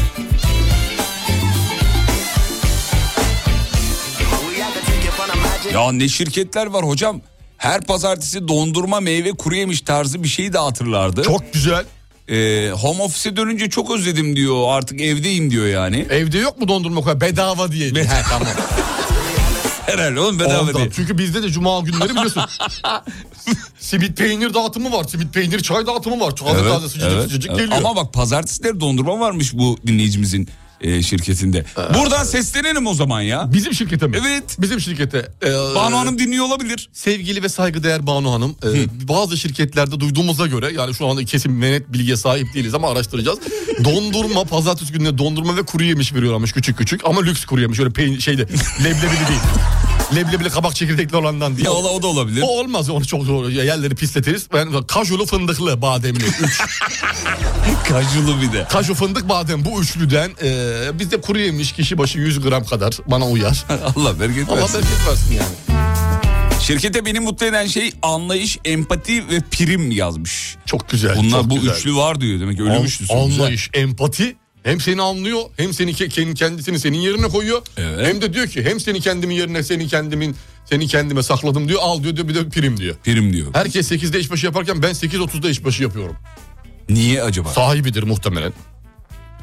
C: Ya ne şirketler var hocam. Her pazartesi dondurma, meyve, kuru yemiş tarzı bir şey dağıtırlardı.
D: Çok güzel.
C: Ee, home office'e dönünce çok özledim diyor. Artık evdeyim diyor yani.
D: Evde yok mu dondurma koyar? Bedava diye. He,
C: [LAUGHS]
D: tamam.
C: Herhalde oğlum bedava
D: Ondan.
C: değil.
D: Çünkü bizde de cuma günleri
C: [LAUGHS]
D: biliyorsun. simit peynir dağıtımı var. Simit peynir çay dağıtımı var. Taze
C: Evet,
D: taze sıcacık
C: evet,
D: sıcacık
C: evet.
D: geliyor.
C: Ama bak pazartesileri dondurma varmış bu dinleyicimizin e, şirketinde. Buradan seslenelim o zaman ya.
D: Bizim şirkete mi?
C: Evet.
D: Bizim şirkete. Ee,
C: Banu Hanım dinliyor olabilir.
D: Sevgili ve saygıdeğer Banu Hanım, e, bazı şirketlerde duyduğumuza göre yani şu anda kesin ve net bilgiye sahip değiliz ama
C: [LAUGHS]
D: araştıracağız. dondurma pazartesi gününe dondurma ve kuru yemiş veriyorlarmış küçük küçük ama lüks kuru yemiş öyle peynir
C: [LAUGHS]
D: şeyde leblebili değil. Leblebili kabak çekirdekli olandan değil.
C: Ya o da, o da olabilir.
D: O olmaz onu çok zor. Ya Yerleri pisletiriz. Ben kajulu fındıklı bademli.
C: [LAUGHS]
D: Üç.
C: Kajulu bir de.
D: Kaju fındık badem bu üçlüden e, bizde kuru yemiş kişi başı 100 gram kadar bana uyar.
C: [LAUGHS] Allah bereket
D: Allah
C: versin.
D: bereket versin yani.
C: Şirkete beni mutlu eden şey anlayış, empati ve prim yazmış.
D: Çok güzel.
C: Bunlar
D: çok
C: bu
D: güzel.
C: üçlü var diyor demek ki
D: An-
C: ölüm üçlüsü. güzel.
D: anlayış, empati hem seni anlıyor hem seni ke- kendi kendisini senin yerine koyuyor.
C: Evet.
D: Hem de diyor ki hem seni kendimin yerine seni kendimin seni kendime sakladım diyor. Al diyor, diyor bir de prim diyor.
C: Prim diyor.
D: Herkes 8'de işbaşı yaparken ben 8.30'da işbaşı yapıyorum.
C: Niye acaba?
D: Sahibidir muhtemelen.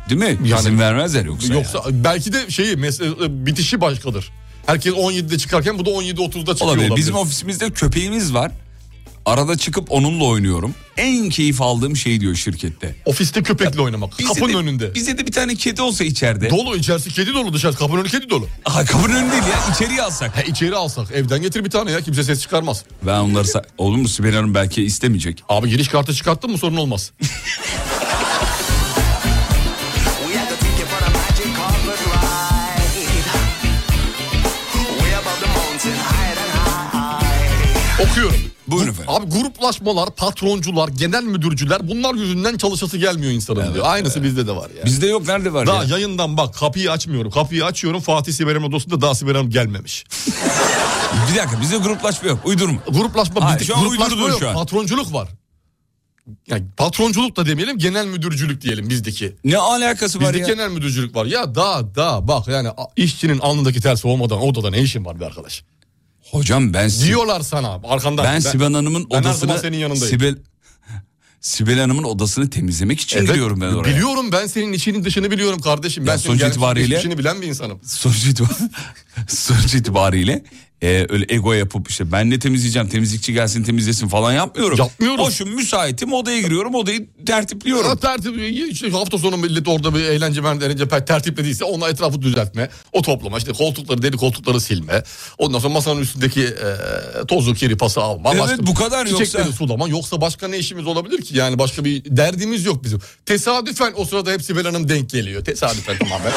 C: Değil mi?
D: Yani-
C: İzin vermezler yoksa.
D: Yoksa belki de şeyi mes- e, bitişi başkadır. Herkes 17'de çıkarken bu da 17.30'da
C: ya.
D: çıkıyor
C: olabilir.
D: olabilir.
C: Bizim ofisimizde köpeğimiz var. Arada çıkıp onunla oynuyorum. En keyif aldığım şey diyor şirkette.
D: Ofiste köpekle oynamak.
C: Bize
D: kapının
C: de-
D: önünde.
C: Bize de bir tane kedi olsa içeride.
D: Dolu içerisi kedi dolu dışarısı kapının önü kedi dolu.
C: Aha, kapının önünde değil ya içeriye alsak.
D: He içeri alsak evden getir bir tane ya kimse ses çıkarmaz.
C: Ben onları... sa- Olur mu Sibel Hanım belki istemeyecek.
D: Abi giriş kartı çıkarttın mı sorun olmaz. Okuyorum.
C: Buyurun
D: Gu-
C: efendim.
D: Abi gruplaşmalar, patroncular, genel müdürcüler bunlar yüzünden çalışası gelmiyor insanın diyor. Aynısı bizde de var ya.
C: Bizde yok nerede var
D: Daha
C: ya?
D: yayından bak kapıyı açmıyorum. Kapıyı açıyorum Fatih Sibel Hanım odasında daha Sibel Hanım gelmemiş.
C: Bir dakika bizde gruplaşma yok. Uydurma.
D: Gruplaşma
C: Hayır,
D: bitik.
C: şu an
D: Gruplaşma
C: uydurdun
D: yok.
C: şu an.
D: Patronculuk var. Yani patronculuk da demeyelim genel müdürcülük diyelim bizdeki.
C: Ne alakası var
D: Bizde
C: ya?
D: genel müdürcülük var. Ya daha daha bak yani a- işçinin alnındaki tersi olmadan odada ne işin var be arkadaş?
C: Hocam ben si-
D: Diyorlar sana abi, arkandan.
C: ben Sibel Hanım'ın
D: ben her
C: odasını
D: zaman senin yanındayım.
C: Sibel Sibel Hanım'ın odasını temizlemek için
D: Evet,
C: gidiyorum ben oraya.
D: Biliyorum ben senin içinin dışını biliyorum kardeşim. Ben
C: Ya
D: senin
C: sonuç
D: gelmiş
C: itibariyle-
D: geçmişini bilen bir insanım.
C: Sonuç itibariyle, [LAUGHS] sonuç itibariyle e, öyle ego yapıp işte ben ne temizleyeceğim temizlikçi gelsin temizlesin falan yapmıyorum.
D: Yapmıyoruz.
C: Boşum müsaitim odaya giriyorum odayı tertipliyorum.
D: Ha, tertip, işte hafta sonu millet orada bir eğlence eğlence pe- tertiplediyse onun etrafı düzeltme. O toplama işte koltukları deli koltukları silme. Ondan sonra masanın üstündeki e, tozu kiri pası alma.
C: Evet, bu kadar yoksa-
D: Çiçekleri sulama yoksa başka ne işimiz olabilir ki? Yani başka bir derdimiz yok bizim. Tesadüfen o sırada hepsi Hanım denk geliyor. Tesadüfen
C: [LAUGHS]
D: tamamen.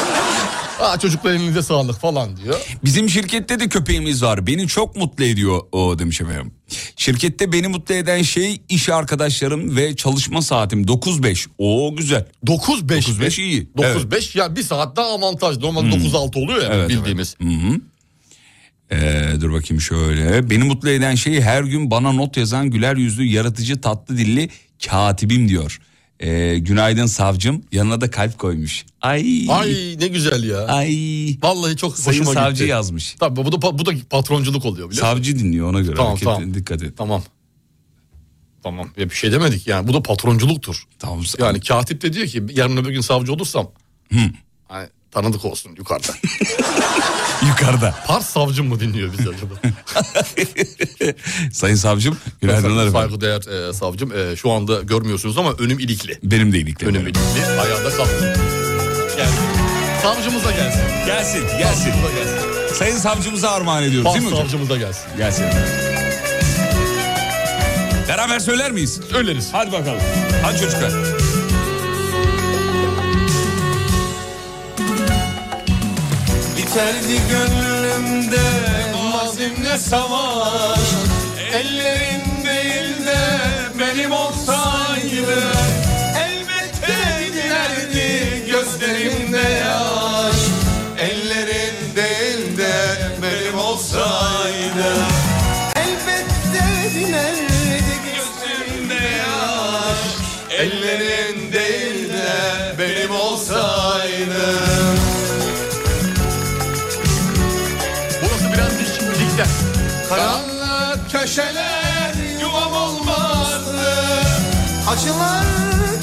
D: Aa, çocuklar elinize sağlık falan diyor.
C: Bizim şirkette de köpeğimiz var. Beni çok mutlu ediyor o demiş efendim. Şirkette beni mutlu eden şey iş arkadaşlarım ve çalışma saatim 9-5. Oo güzel.
D: 9-5.
C: 9-5 iyi.
D: 9-5 ya bir saat daha avantaj. Normalde 9-6 oluyor ya
C: Hmm. Evet,
D: bildiğimiz.
C: Ee, dur bakayım şöyle. Beni mutlu eden şey her gün bana not yazan güler yüzlü, yaratıcı, tatlı dilli katibim diyor. Ee, günaydın savcım. Yanına da kalp koymuş. Ay.
D: Ay ne güzel ya.
C: Ay.
D: Vallahi çok
C: Sayın
D: hoşuma
C: savcı
D: gitti.
C: yazmış.
D: Tabii bu da bu da patronculuk oluyor biliyor musun?
C: Savcı dinliyor ona göre.
D: Tamam,
C: hareketine
D: tamam.
C: Dikkat et.
D: Tamam. Tamam. Ya bir şey demedik yani. Bu da patronculuktur.
C: Tamam. sa-
D: Yani katip de diyor ki yarın öbür gün savcı olursam hani tanıdık olsun
C: [LAUGHS]
D: yukarıda.
C: Yukarıda.
D: Pars savcı mı dinliyor bizi acaba?
C: [LAUGHS] Sayın savcım. Günaydınlar efendim.
D: Saygıdeğer e, savcım. e, şu anda görmüyorsunuz ama önüm ilikli.
C: Benim de iyiliklerim.
D: Önüm ilikli. Ayağında kalktı. Gelsin. Savcımız da gelsin.
C: Gelsin, gelsin.
D: Savcımız da gelsin.
C: Sayın savcımıza armağan ediyoruz
D: Pars
C: değil mi hocam?
D: savcımız da gelsin.
C: Gelsin. Beraber söyler miyiz?
D: Söyleriz.
C: Hadi bakalım. Hadi çocuklar.
A: Biterdi gönlümde mazimle savaş Ellerin değil de benim olsaydı Elbette dilerdi gözlerimde yaş Ellerin değil de benim olsaydı Elbette dilerdi gözlerimde yaş Ellerin değil de benim olsaydı
D: Burası biraz dik- dikte.
A: Karanlık köşeler yuvam olmazdı Acılar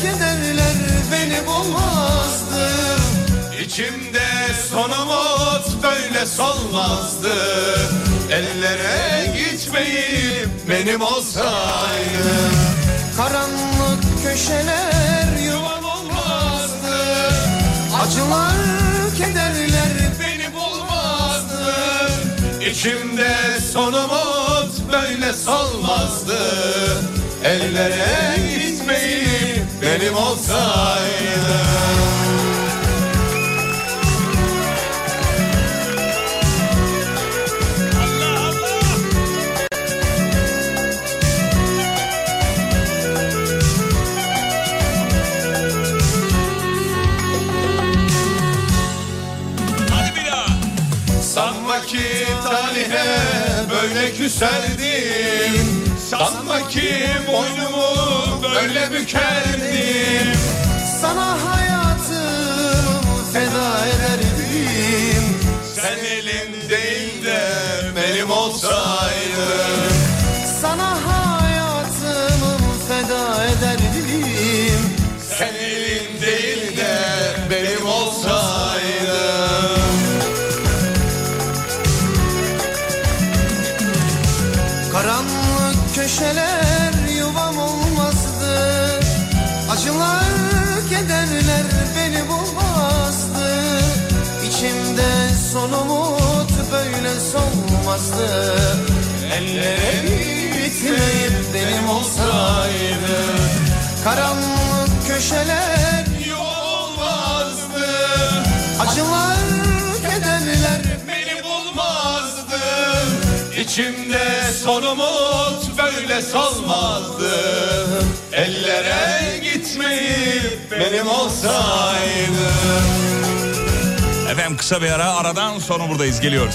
A: kederler beni bulmazdı İçimde son umut böyle solmazdı Ellere gitmeyip benim olsaydı Karanlık köşeler yuvam olmazdı Acılar kederler beni bulmazdı İçimde son umut böyle solmazdı Ellere gitmeyi benim olsaydı Sanma ki talihe böyle küserdim Sanma ki boynumu böyle bükerdim Sana hayatımı feda ederdim Sen elin değil de benim olsaydın Sana hayatımı feda ederdim Sen elin değil de benim olsaydın Karanlık köşeler yuvam olmazdı Acılar kederler beni bulmazdı İçimde son umut böyle solmazdı Ellere bitmeyip benim olsaydı Karanlık köşeler yuvam olmazdı Acılar kederler beni bulmazdı İçimde son umut böyle solmazdı Ellere gitmeyi benim olsaydı
C: Efendim kısa bir ara aradan sonra buradayız geliyoruz.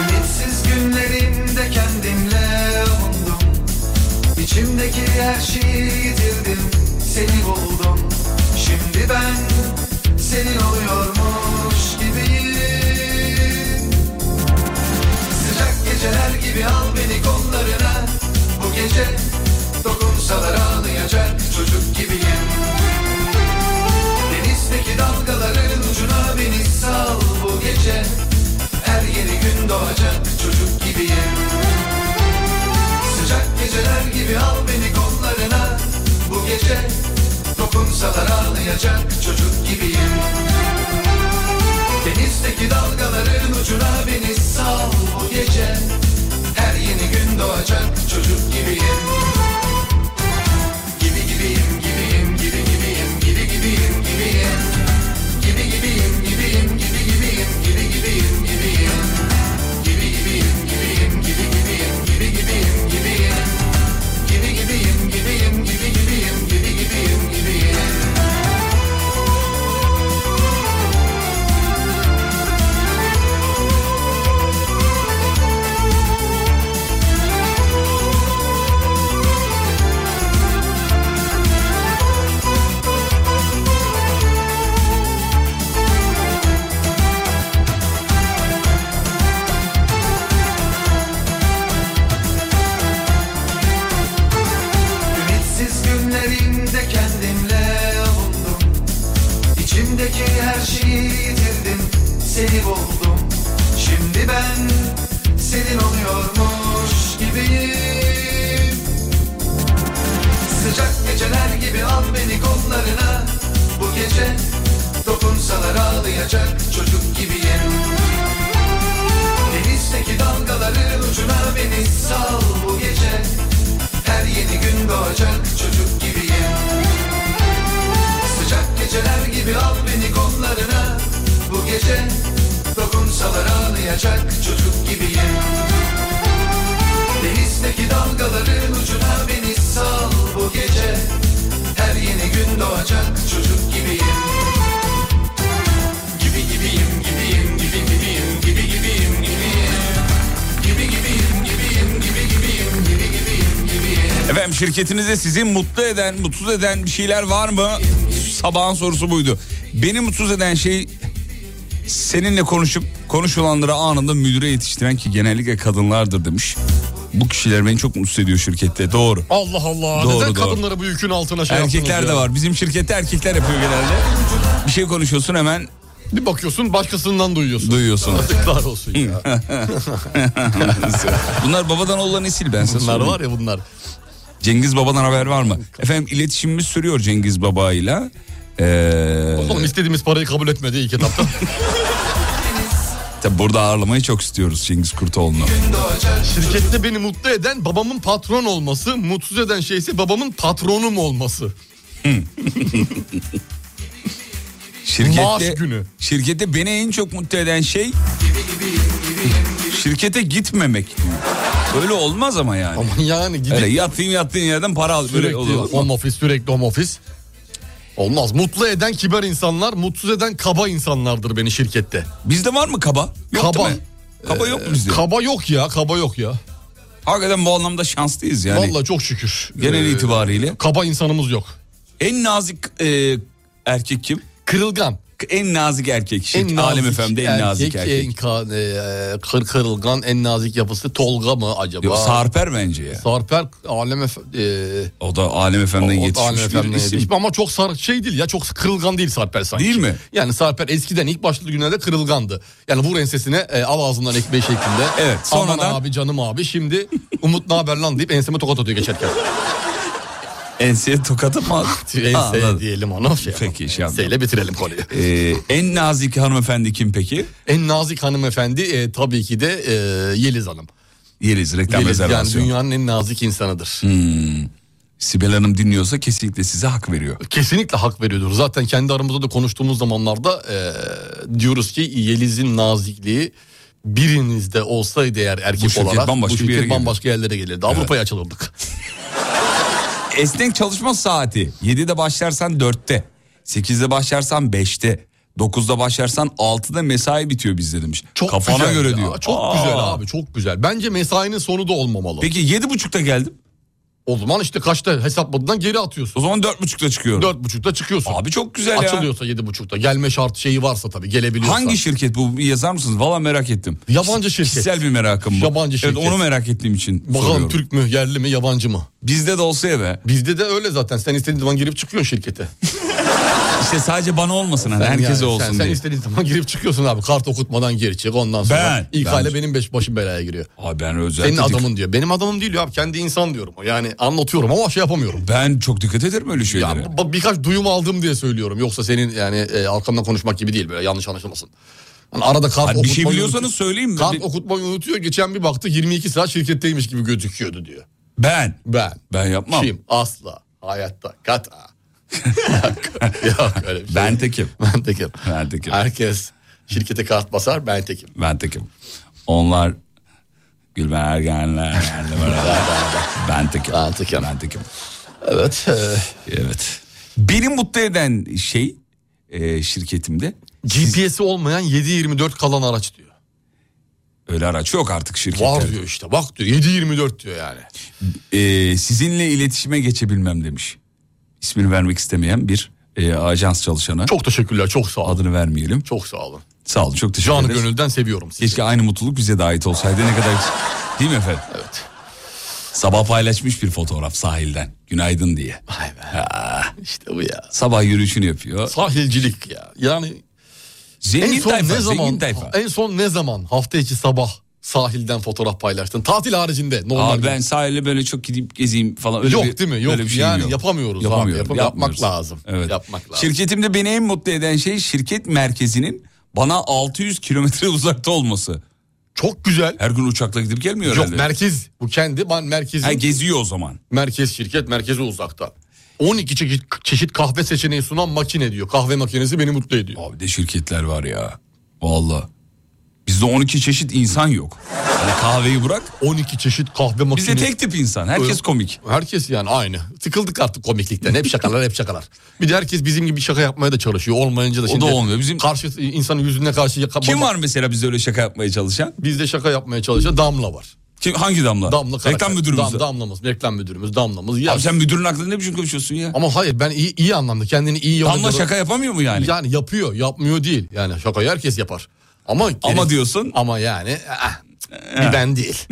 I: Ümitsiz günlerimde kendimle avundum İçimdeki her şeyi yitirdim Seni buldum Şimdi ben senin oluyormuş gibiyim Sıcak geceler gibi al beni kollarına Bu gece dokunsalar ağlayacak çocuk gibiyim Denizdeki dalgaların ucuna beni sal bu gece her yeni gün doğacak çocuk gibiyim Sıcak geceler gibi al beni kollarına Bu gece dokunsalar ağlayacak çocuk gibiyim Denizdeki dalgaların ucuna beni sal bu gece Her yeni gün doğacak çocuk gibiyim Gibi gibiyim gibiyim gibi gibiyim gibi gibiyim gibiyim Gibi gibiyim gibiyim gibi gibiyim gibi gibiyim gibiyim Gibi gibiyim gibiyim gibi gibiyim gibi gibiyim gibiyim Gibi gibiyim gibiyim gibi gibiyim gibi gibiyim gibiyim Al beni kollarına bu gece Dokunsalar ağlayacak çocuk gibiyim Denizdeki dalgaların ucuna beni sal bu gece Her yeni gün doğacak çocuk gibiyim Sıcak geceler gibi al beni kollarına bu gece Dokunsalar ağlayacak çocuk gibiyim Denizdeki dalgaların ucuna beni sal bu gece Her yeni gün doğacak çocuk gibiyim Gibi gibiyim gibiyim gibi gibiyim gibi gibiyim gibiyim Gibi gibiyim gibiyim gibi gibiyim gibi gibiyim gibiyim
C: Efendim şirketinizde sizi mutlu eden, mutsuz eden bir şeyler var mı? Sabahın sorusu buydu. Beni mutsuz eden şey seninle konuşup konuşulanları anında müdüre yetiştiren ki genellikle kadınlardır demiş. Bu kişiler beni çok mutsuz ediyor şirkette. Doğru.
D: Allah Allah.
C: Doğru,
D: Neden
C: doğru.
D: kadınları bu yükün altına şey yaptınız
C: Erkekler
D: ya?
C: de var. Bizim şirkette erkekler yapıyor genelde. Bir şey konuşuyorsun hemen.
D: Bir bakıyorsun başkasından duyuyorsun.
C: Duyuyorsun.
D: Yazıklar olsun ya.
C: [LAUGHS] bunlar babadan oğlan nesil ben size
D: Bunlar
C: söyleyeyim.
D: var ya bunlar.
C: Cengiz Baba'dan haber var mı? Efendim iletişimimiz sürüyor Cengiz Baba'yla. Ee,
D: Oğlum istediğimiz parayı kabul etmedi ilk
C: [LAUGHS]
D: etapta.
C: tabii burada ağırlamayı çok istiyoruz Cengiz Kurtoğlu'nu.
D: Şirkette beni mutlu eden babamın patron olması, mutsuz eden şey ise babamın patronum olması. [LAUGHS] Maaş
C: Şirkette,
D: günü.
C: şirkette beni en çok mutlu eden şey şirkete gitmemek. Öyle olmaz ama yani.
D: Aman yani gidip
C: Öyle yattığın yattığın yerden para al. Böyle
D: sürekli
C: olur.
D: home office, sürekli home office. Olmaz. Mutlu eden kibar insanlar, mutsuz eden kaba insanlardır beni şirkette.
C: Bizde var mı kaba? Yok
D: Kaba.
C: değil mi? Kaba yok mu bizde?
D: Kaba yok ya, kaba yok ya.
C: Hakikaten bu anlamda şanslıyız yani.
D: Vallahi çok şükür.
C: Genel
D: Ee,
C: itibariyle.
D: Kaba insanımız yok.
C: En nazik e, erkek kim?
D: Kırılgan.
C: En nazik erkek. Şirk,
D: En
C: Alem
D: nazik
C: FM'de en nazik erkek.
D: En ka- e, kır kırılgan, en nazik yapısı Tolga mı acaba?
C: Yok, Sarper bence ya.
D: Sarper Alem Efe- e,
C: O da Alem FM'den
D: O- o da
C: yetişmiş bir
D: hanımefendi
C: isim.
D: yetişmiş. Ama çok sar şey değil ya çok kırılgan değil Sarper sanki.
C: Değil mi?
D: Yani Sarper eskiden ilk başladığı günlerde kırılgandı. Yani vur ensesine e, al ağzından ekmeği şeklinde.
C: Evet, sonradan-
D: Aman abi canım abi şimdi Umut ne haber lan deyip enseme tokat atıyor geçerken.
C: Enseye tokat ama. Ha,
D: Ense
C: [LAUGHS] anladım.
D: diyelim ona şey
C: Peki,
D: yapalım.
C: şey yapalım.
D: Enseyle bitirelim konuyu.
C: Ee, en nazik hanımefendi kim peki?
D: En nazik hanımefendi e, tabii ki de e, Yeliz Hanım.
C: Yeliz reklam
D: Yeliz yani
C: rezervasyonu.
D: dünyanın en nazik insanıdır.
C: Sibel Hanım dinliyorsa kesinlikle size hak veriyor.
D: Kesinlikle hak veriyordur. Zaten kendi aramızda da konuştuğumuz zamanlarda e, diyoruz ki Yeliz'in nazikliği birinizde olsaydı eğer erkek
C: Bu şirket
D: olarak
C: bambaşka
D: bu
C: bir
D: şirket
C: yere gelirdi.
D: bambaşka yerlere gelirdi. Avrupa'ya açılırdık.
C: [LAUGHS] Esnek çalışma saati. 7'de başlarsan 4'te. 8'de başlarsan 5'te. 9'da başlarsan 6'da mesai bitiyor bizde demiş.
D: Çok
C: Kafana
D: güzel
C: göre
D: ya,
C: diyor.
D: Çok
C: Aa.
D: güzel abi çok güzel. Bence mesainin sonu da olmamalı.
C: Peki 7.30'da geldim.
D: O zaman işte kaçta hesapladıdan geri atıyorsun.
C: O zaman 4.30'da çıkıyorum.
D: Dört buçukta çıkıyorsun.
C: Abi çok güzel ya.
D: Açılıyorsa yedi buçukta. Gelme şart şeyi varsa tabii gelebiliyorsan.
C: Hangi şirket bu Bir yazar mısınız? Valla merak ettim.
D: Yabancı şirket.
C: Kişisel bir merakım bu.
D: Yabancı şirket.
C: Evet onu merak ettiğim için
D: Bakalım
C: soruyorum.
D: Türk mü yerli mi yabancı mı?
C: Bizde de olsa ya be.
D: Bizde de öyle zaten. Sen istediğin zaman girip çıkıyorsun şirkete.
C: [LAUGHS] İşte sadece bana olmasın hani herkese
D: yani
C: olsun
D: sen, sen
C: diye.
D: istediğin zaman girip çıkıyorsun abi. Kart okutmadan geri çık. Ondan sonra
C: Ben-
D: ilk
C: ben-
D: hale benim beş, başım belaya giriyor.
C: Abi ben özel
D: Senin
C: dedik-
D: adamın diyor. Benim adamım değil ya abi. Kendi insan diyorum. Yani anlatıyorum ama şey yapamıyorum.
C: Ben çok dikkat ederim öyle
D: Ya
C: şeylere.
D: bu- birkaç duyum aldım diye söylüyorum. Yoksa senin yani e, arkamdan konuşmak gibi değil böyle yanlış anlaşılmasın. Hani arada kart
C: Hani bir şey
D: okutmayı
C: biliyorsanız
D: unutuyor-
C: söyleyeyim mi? Bir-
D: Kart okutmayı unutuyor. Geçen bir baktı 22 saat şirketteymiş gibi gözüküyordu diyor.
C: Ben.
D: Ben.
C: Ben yapmam.
D: Kim? Asla. Hayatta. Kata. Yok öyle bir şey.
C: [LAUGHS] Ben tekim.
D: [LAUGHS] Ben tekim.
C: Ben tekim.
D: Herkes şirkete kart basar ben tekim.
C: Ben tekim. Onlar Gülben [LAUGHS] Ergenler. Ergenler, beraber. ben
D: [LAUGHS]
C: tekim.
D: Ben tekim.
C: Ben tekim.
D: Evet. e,
C: Evet. Beni mutlu eden şey e, şirketimde
D: GPS'i olmayan 7-24 kalan araç diyor.
C: öyle araç yok artık
D: Var
C: şirkette.
D: diyor işte bak diyor 7-24 diyor yani.
C: E, sizinle iletişime geçebilmem demiş. İsmini vermek istemeyen bir e, ajans çalışana.
D: Çok teşekkürler çok sağ olun.
C: Adını vermeyelim.
D: Çok sağ olun.
C: Sağ olun çok teşekkür
D: Canı
C: ederiz.
D: gönülden seviyorum sizi.
C: Keşke aynı mutluluk bize de ait olsaydı ne kadar değil mi efendim?
D: Evet.
C: Sabah paylaşmış bir fotoğraf sahilden günaydın diye.
D: Vay be. İşte bu ya.
C: Sabah yürüyüşünü yapıyor.
D: Sahilcilik ya. Yani en
C: Zengin
D: son
C: tayfa,
D: ne zaman
C: zengin tayfa.
D: en son ne zaman hafta içi sabah sahilden fotoğraf paylaştın? Tatil haricinde normal.
C: Abi ben sahilde böyle çok gidip gezeyim falan. Öyle
D: Yok
C: bir-
D: değil mi? Yok.
C: öyle bir şeyim
D: Yani
C: yok.
D: yapamıyoruz abi.
C: Yapamıyorum,
D: Yapam- yapmak
C: yapmıyoruz.
D: lazım.
C: Evet.
D: Yapmak lazım.
C: Şirketimde beni en mutlu eden şey şirket merkezinin bana 600 kilometre [LAUGHS] uzakta olması.
D: Çok güzel.
C: Her gün uçakla gidip gelmiyor
D: Yok
C: herhalde.
D: merkez bu kendi ben merkezin.
C: Ha, geziyor o zaman.
D: Merkez şirket merkeze uzakta. 12 çeşit, çeşit kahve seçeneği sunan makine diyor. Kahve makinesi beni mutlu ediyor.
C: Abi de şirketler var ya. Valla. Bizde 12 çeşit insan yok. Hani kahveyi bırak.
D: 12 çeşit kahve makinesi.
C: Bizde tek tip insan. Herkes
D: Öyle.
C: komik.
D: Herkes yani aynı. Tıkıldık artık komiklikten. Hep şakalar hep şakalar. Bir de herkes bizim gibi şaka yapmaya da çalışıyor. Olmayınca da
C: O
D: şimdi.
C: da olmuyor. Bizim-
D: Karşı insanın yüzüne karşı. yaka-
C: Kim var mesela bizde öyle şaka yapmaya çalışan?
D: Bizde şaka yapmaya çalışan Damla var.
C: Kim, hangi damla?
D: Damla Karakaya.
C: Reklam müdürümüz.
D: Dam, damlamız. Reklam müdürümüz damlamız. Ya.
C: Abi sen müdürün aklında ne biçim konuşuyorsun ya?
D: Ama hayır ben iyi, iyi anlamda kendini iyi yönetiyor.
C: Damla şaka yapamıyor mu yani?
D: Yani yapıyor yapmıyor değil. Yani şakayı herkes yapar. Ama
C: Ama diyorsun. Eh,
D: Ama yani ah, bir ben değil.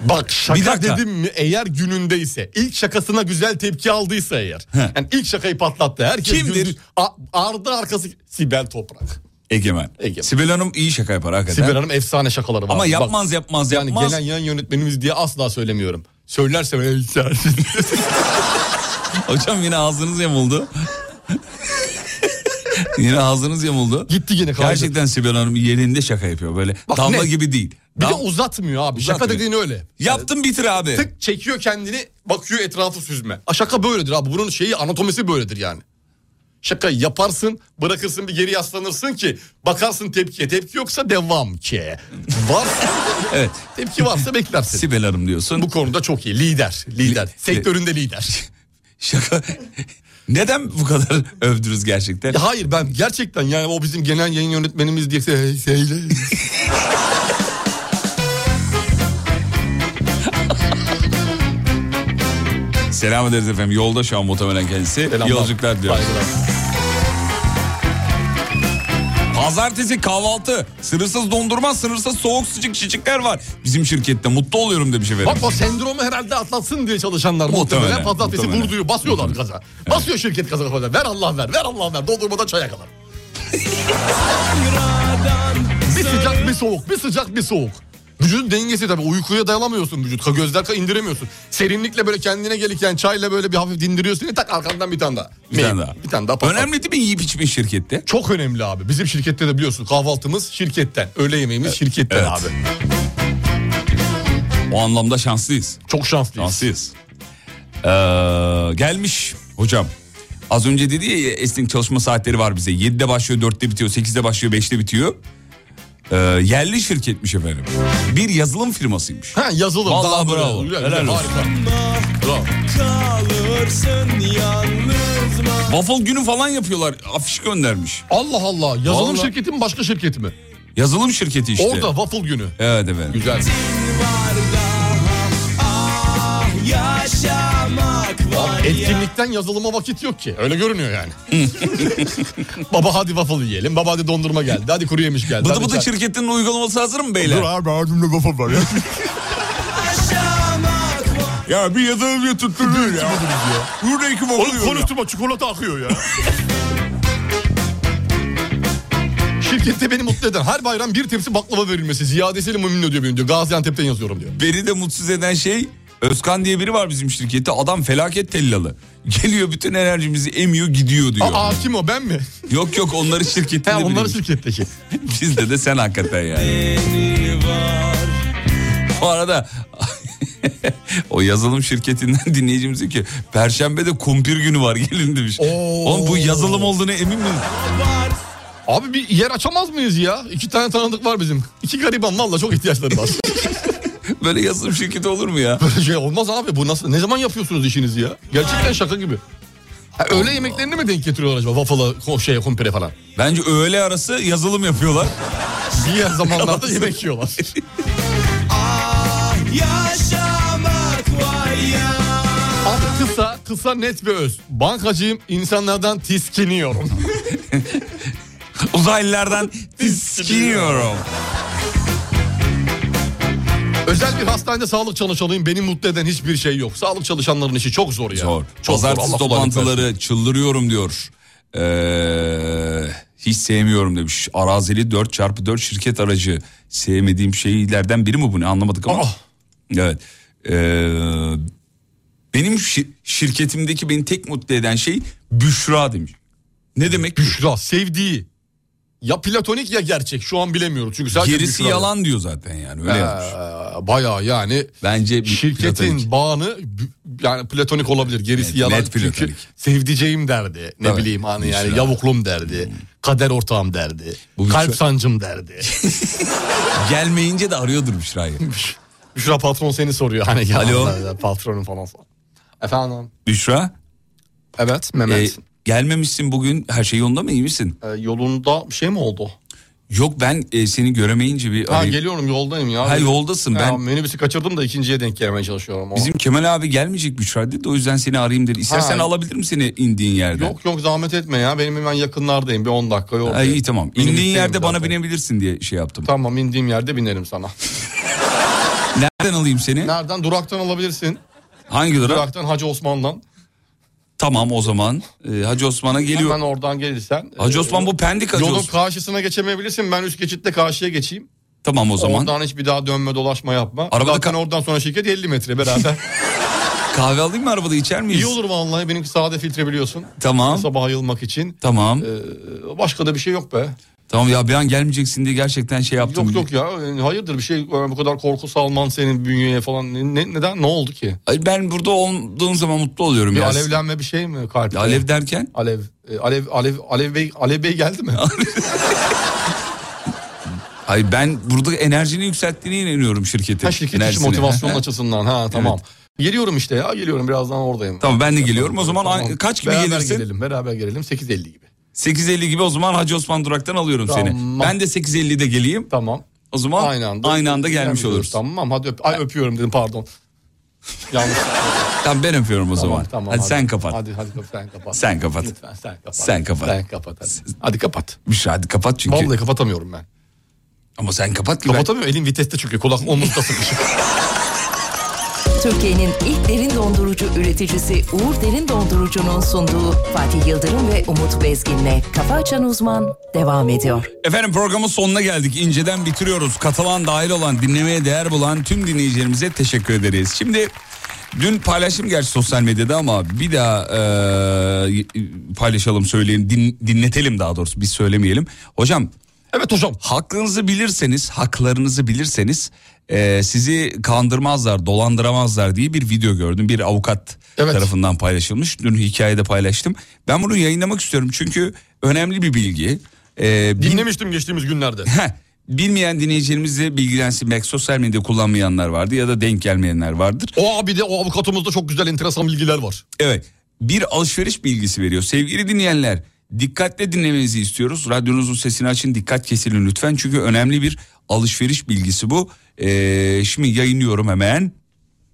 D: Bak
C: Bir
D: şaka
C: dakika.
D: dedim mi eğer günündeyse ilk şakasına güzel tepki aldıysa eğer.
C: He.
D: Yani ilk şakayı patlattı. Herkes
C: Kimdir?
D: güldü. A- ardı arkası Sibel Toprak.
C: Egemen.
D: Egemen.
C: Sibel Hanım iyi şaka yapar hakikaten.
D: Sibel Hanım efsane şakaları var.
C: Ama
D: Bak,
C: yapmaz yapmaz
D: yani
C: yapmaz.
D: gelen yan yönetmenimiz diye asla söylemiyorum. Söylerse ben içersin.
C: [LAUGHS] Hocam yine ağzınız yamuldu. yine ağzınız yamuldu.
D: Gitti gene kaydı.
C: Gerçekten Sibel Hanım yerinde şaka yapıyor böyle.
D: Bak
C: damla
D: ne?
C: gibi değil.
D: Bir de
C: Dam-
D: uzatmıyor abi. Şaka
C: Uzatmıyor.
D: dediğin öyle.
C: Yaptım bitir abi.
D: Tık çekiyor kendini bakıyor etrafı süzme. A şaka böyledir abi bunun şeyi anatomisi böyledir yani. Şaka yaparsın bırakırsın bir geri yaslanırsın ki bakarsın tepkiye. Tepki yoksa devam ki. Var.
C: [LAUGHS] Evet.
D: Tepki varsa beklersin.
C: Sibel Hanım diyorsun.
D: Bu konuda çok iyi lider lider
C: Li-
D: sektöründe lider.
C: [LAUGHS] Şaka. Neden bu kadar [LAUGHS] övdünüz gerçekten?
D: Ya hayır ben gerçekten yani o bizim genel yayın yönetmenimiz diye şey- şeyle.
C: Selam ederiz efendim. Yolda şu an muhtemelen kendisi.
D: Selamlar.
C: Yolculuklar diliyoruz.
D: Saygılar.
C: Pazartesi kahvaltı. Sınırsız dondurma, sınırsız soğuk sıcak çiçekler var. Bizim şirkette mutlu oluyorum demiş efendim.
D: Bak o sendromu herhalde atlatsın diye çalışanlar
C: Muhtemelen,
D: muhtemelen, pazartesi
C: muhtemelen.
D: vurduyu basıyorlar gaza. Basıyor şirket gaza kafadan. Ver Allah ver, ver Allah ver. Dondurmadan çaya kadar. bir sıcak bir soğuk, bir sıcak bir soğuk. Vücudun dengesi tabii uykuya dayanamıyorsun vücut. Ka- Gözler ka indiremiyorsun. Serinlikle böyle kendine gelirken çayla böyle bir hafif dindiriyorsun. ya, tak arkandan bir tane daha.
C: Bir tane daha.
D: Bir tane daha. patlat.
C: Önemli değil mi yiyip içme şirkette?
D: Çok önemli abi. Bizim şirkette de biliyorsun kahvaltımız şirketten. Öğle yemeğimiz şirketten
C: evet.
D: abi.
C: O anlamda şanslıyız.
D: Çok şanslıyız.
C: Şanslıyız. Ee, gelmiş hocam. Az önce dedi ya esnek çalışma saatleri var bize. 7'de başlıyor, 4'te bitiyor, 8'de başlıyor, 5'te bitiyor. Ee, yerli şirketmiş efendim. Bir yazılım firmasıymış.
D: Ha yazılım.
C: Vallahi
D: daha böyle-
C: bravo.
D: Güzel,
C: Helal
D: güzel,
C: olsun.
D: harika. Bravo.
C: Waffle günü falan yapıyorlar. Afiş göndermiş.
D: Allah Allah. Yazılım
C: Vallahi-
D: şirketi mi başka şirket mi?
C: Yazılım şirketi işte.
D: Orada waffle günü.
C: Evet efendim.
D: Güzel. Abi etkinlikten yazılıma vakit yok ki. Öyle görünüyor yani. [LAUGHS] baba hadi waffle yiyelim. Baba hadi dondurma geldi. Hadi kuru yemiş geldi.
C: Bıdı
D: hadi
C: bıdı
D: çay-
C: şirketinin uygulaması hazır mı beyler?
D: Dur abi ağzımda waffle var ya.
C: Ya bir yazılım ya tutturuyor ya. Burada iki
D: Oğlum
C: oluyor ya.
D: konuştum çikolata akıyor ya. [LAUGHS] Şirkette beni mutlu eden her bayram bir tepsi baklava verilmesi ziyadesiyle memnun ediyor beni diyor. Gaziantep'ten yazıyorum diyor.
C: Beni de mutsuz eden şey Özkan diye biri var bizim şirkette. Adam felaket tellalı. Geliyor bütün enerjimizi emiyor gidiyor diyor.
D: Aa kim o ben mi?
C: Yok
D: [LAUGHS]
C: yok onların şirketinde
D: He
C: biriymiş.
D: onların şirketteki.
C: [LAUGHS] Bizde de sen hakikaten yani. Bu arada [LAUGHS] o yazılım şirketinden [LAUGHS] dinleyicimiz diyor ki Perşembe de kumpir günü var gelin demiş. Oğlum bu yazılım olduğunu emin misin?
D: Abi bir yer açamaz mıyız ya? İki tane tanıdık var bizim. İki gariban valla çok ihtiyaçları var.
C: [LAUGHS] Böyle yazılım şirketi olur mu ya?
D: Böyle şey olmaz abi bu nasıl? Ne zaman yapıyorsunuz işinizi ya? Gerçekten şaka gibi. Ha, öğle yemeklerini mi denk getiriyorlar acaba? Waffle'a, ko- şeye, kumpire falan.
C: Bence öğle arası yazılım yapıyorlar.
D: Diğer zamanlarda yemek yiyorlar.
C: [LAUGHS]
D: Abi kısa, kısa net ve öz. Bankacıyım, insanlardan tiskiniyorum.
C: [LAUGHS]
D: [LAUGHS]
C: Uzaylılardan tiskiniyorum.
D: Özel bir hastanede sağlık çalışanıyım. Beni mutlu eden hiçbir şey yok. Sağlık çalışanların işi çok zor ya.
C: Zor.
D: Çok zor.
C: Pazartesi
D: Allah kolaylık versin.
C: toplantıları çıldırıyorum diyor. Ee, Hiç sevmiyorum demiş. Arazili 4x4 şirket aracı. Sevmediğim şeylerden biri mi bu ne anlamadık ama.
D: Ah.
C: Evet. Ee, benim şi- şirketimdeki beni tek mutlu eden şey Büşra demiş. Ne demek?
D: Büşra sevdiği. Ya platonik ya gerçek şu an bilemiyoruz. Çünkü sadece
C: Gerisi
D: Büşra-
C: yalan diyor zaten yani öyle
D: Ee,
C: yazmış.
D: Bayağı yani.
C: Bence
D: Şirketin bağını b- yani platonik olabilir. Gerisi yalan.
C: net platonik.
D: Çünkü sevdiceğim derdi. Ne
C: Tabii.
D: bileyim hani yani
C: Büşra. Hmm.
D: yavuklum derdi. Kader ortağım derdi.
C: Büşra-
D: Kalp sancım derdi.
C: gelmeyince de arıyordur Büşra'yı.
D: Büşra patron seni soruyor hani ya
C: Alo.
D: Allah, patronum falan. Efendim.
C: Büşra.
D: Evet Mehmet.
C: e, gelmemişsin bugün her şey yolunda mı iyi misin?
D: Ee, yolunda bir şey mi oldu?
C: Yok ben e, seni göremeyince bir
D: Ha
C: arayıp-
D: geliyorum yoldayım ya.
C: Ha, yoldasın,
D: Ya,
C: ben-
D: Minibüsü kaçırdım da ikinciye denk gelmeye çalışıyorum. O-
C: Bizim Kemal abi gelmeyecek Büşra dedi o yüzden seni arayayım dedi. İstersen
D: Ha.
C: alabilirim seni indiğin yerden.
D: Yok yok zahmet etme ya benim hemen yakınlardayım bir 10 dakika yoldayım.
C: Ha, iyi tamam.
D: Minibüsteyim
C: İndiğin yerde
D: zaten.
C: bana binebilirsin diye şey yaptım.
D: Tamam indiğim yerde binerim sana.
C: [LAUGHS] Nereden alayım seni?
D: Nereden? Duraktan alabilirsin.
C: Hangi durak?
D: Duraktan Hacı Osman'dan.
C: Tamam o zaman. Ee, Hacı Osman'a geliyor.
D: Hemen oradan gelirsen. e,
C: Hacı Osman bu pendik Hacı
D: Yolun
C: Osman.
D: karşısına geçemeyebilirsin. Ben üst geçitte karşıya geçeyim.
C: Tamam o zaman.
D: Oradan hiç bir daha dönme dolaşma yapma.
C: Arabada
D: Zaten
C: ka-
D: oradan sonra şirket 50 metre beraber.
C: [LAUGHS] Kahve alayım mı arabada içer miyiz?
D: İyi olur vallahi benimki sade filtre biliyorsun.
C: Tamam.
D: Sabah ayılmak için.
C: Tamam.
D: Başka da bir şey yok be.
C: Tamam ya bir an gelmeyeceksin diye gerçekten şey yaptım.
D: Yok yok ya e, hayırdır bir şey e, bu kadar korku salman senin bünyeye falan Ne- ne, neden ne oldu ki?
C: Ay, Ben burada olduğum zaman mutlu oluyorum
D: Bir
C: ya.
D: alevlenme bir şey mi kalpte?
C: Alev derken
D: Alev, e, alev, alev, alev bey, alev bey geldi
C: [LAUGHS]
D: mi?
C: Hayır ben burada enerjini yükselttiğine inanıyorum şirketin.
D: Ha şirket için
C: enerjisine.
D: motivasyon
C: [LAUGHS] Ha, ha.
D: açısından ha tamam. Geliyorum işte ya geliyorum birazdan oradayım.
C: Tamam ben de geliyorum. O zaman an- kaç gibi
D: beraber
C: gelirsin?
D: gelelim beraber gelelim 8.50 gibi.
C: 8.50 gibi o zaman Hacı Osman Durak'tan alıyorum seni.
D: Tamam.
C: Ben de 8.50'de geleyim.
D: Tamam.
C: O zaman
D: Aynı anda,
C: gelmiş oluruz. Tamam.
D: Tamam hadi öp, ay, öpüyorum dedim
C: [LAUGHS]
D: pardon. Yanlış.
C: ben öpüyorum o zaman. hadi, sen kapat.
D: Hadi hadi kap- sen kapat.
C: Sen kapat.
D: Lütfen sen kapat.
C: Sen kapat.
D: Sen kapat hadi. Hadi kapat.
C: Bir şey hadi kapat çünkü.
D: Vallahi kapatamıyorum ben.
C: Ama sen kapat ki ben-
D: Kapatamıyorum elim viteste çünkü kulak omuzda sıkışık.
B: Türkiye'nin ilk derin dondurucu üreticisi Uğur Derin Dondurucu'nun sunduğu Fatih Yıldırım ve Umut Bezgin'le Kafa Açan Uzman devam ediyor.
C: Efendim programın sonuna geldik. İnceden bitiriyoruz. Katılan dahil olan dinlemeye değer bulan tüm dinleyicilerimize teşekkür ederiz. Şimdi dün paylaştım gerçi sosyal medyada ama bir daha e, paylaşalım söyleyelim din- dinletelim daha doğrusu biz söylemeyelim. Hocam
D: evet hocam.
C: Hakkınızı bilirseniz, haklarınızı bilirseniz e, sizi kandırmazlar, dolandıramazlar diye bir video gördüm. Bir avukat
D: Evet.
C: tarafından paylaşılmış. Dün hikayede paylaştım. Ben bunu yayınlamak istiyorum çünkü önemli bir bilgi. E, bin-
D: Dinlemiştim geçtiğimiz günlerde.
C: Heh, bilmeyen dinleyicilerimiz de bilgilensin. Belki sosyal medya kullanmayanlar vardır ya da denk gelmeyenler vardır.
D: O abi de o avukatımızda çok güzel enteresan bilgiler var.
C: Evet bir alışveriş bilgisi veriyor. Sevgili dinleyenler dikkatle dinlemenizi istiyoruz. Radyonuzun sesini açın dikkat kesilin lütfen. Çünkü önemli bir alışveriş bilgisi bu. Ee, şimdi yayınlıyorum hemen.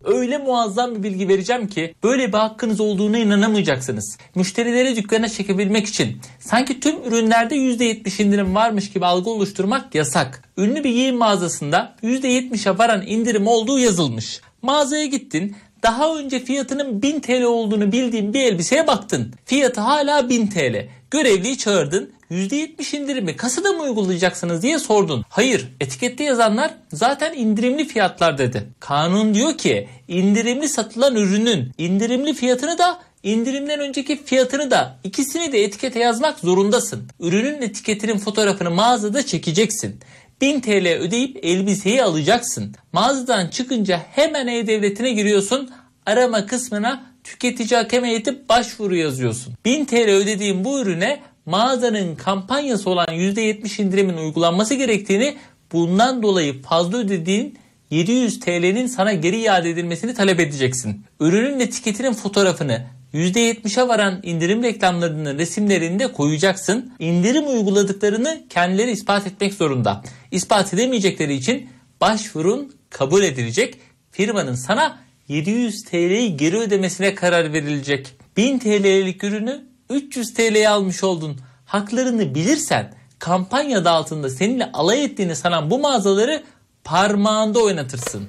J: Öyle muazzam bir bilgi vereceğim ki böyle bir hakkınız olduğuna inanamayacaksınız. Müşterileri dükkana çekebilmek için sanki tüm ürünlerde %70 indirim varmış gibi algı oluşturmak yasak. Ünlü bir giyim mağazasında %70'e varan indirim olduğu yazılmış. Mağazaya gittin, daha önce fiyatının 1000 TL olduğunu bildiğin bir elbiseye baktın. Fiyatı hala 1000 TL. Görevliyi çağırdın. %70 indirimi kasada mı uygulayacaksınız diye sordun. Hayır, etikette yazanlar zaten indirimli fiyatlar dedi. Kanun diyor ki indirimli satılan ürünün indirimli fiyatını da indirimden önceki fiyatını da ikisini de etikete yazmak zorundasın. Ürünün etiketinin fotoğrafını mağazada çekeceksin. 1000 TL ödeyip elbiseyi alacaksın. Mağazadan çıkınca hemen e-devletine giriyorsun. Arama kısmına tüketici hakem heyeti başvuru yazıyorsun. 1000 TL ödediğin bu ürüne mağazanın kampanyası olan %70 indirimin uygulanması gerektiğini bundan dolayı fazla ödediğin 700 TL'nin sana geri iade edilmesini talep edeceksin. Ürünün etiketinin fotoğrafını %70'e varan indirim reklamlarının resimlerinde koyacaksın. İndirim uyguladıklarını kendileri ispat etmek zorunda. İspat edemeyecekleri için başvurun kabul edilecek. Firmanın sana 700 TL'yi geri ödemesine karar verilecek. 1000 TL'lik ürünü 300 TL'ye almış oldun. Haklarını bilirsen kampanyada altında seninle alay ettiğini sanan bu mağazaları parmağında oynatırsın.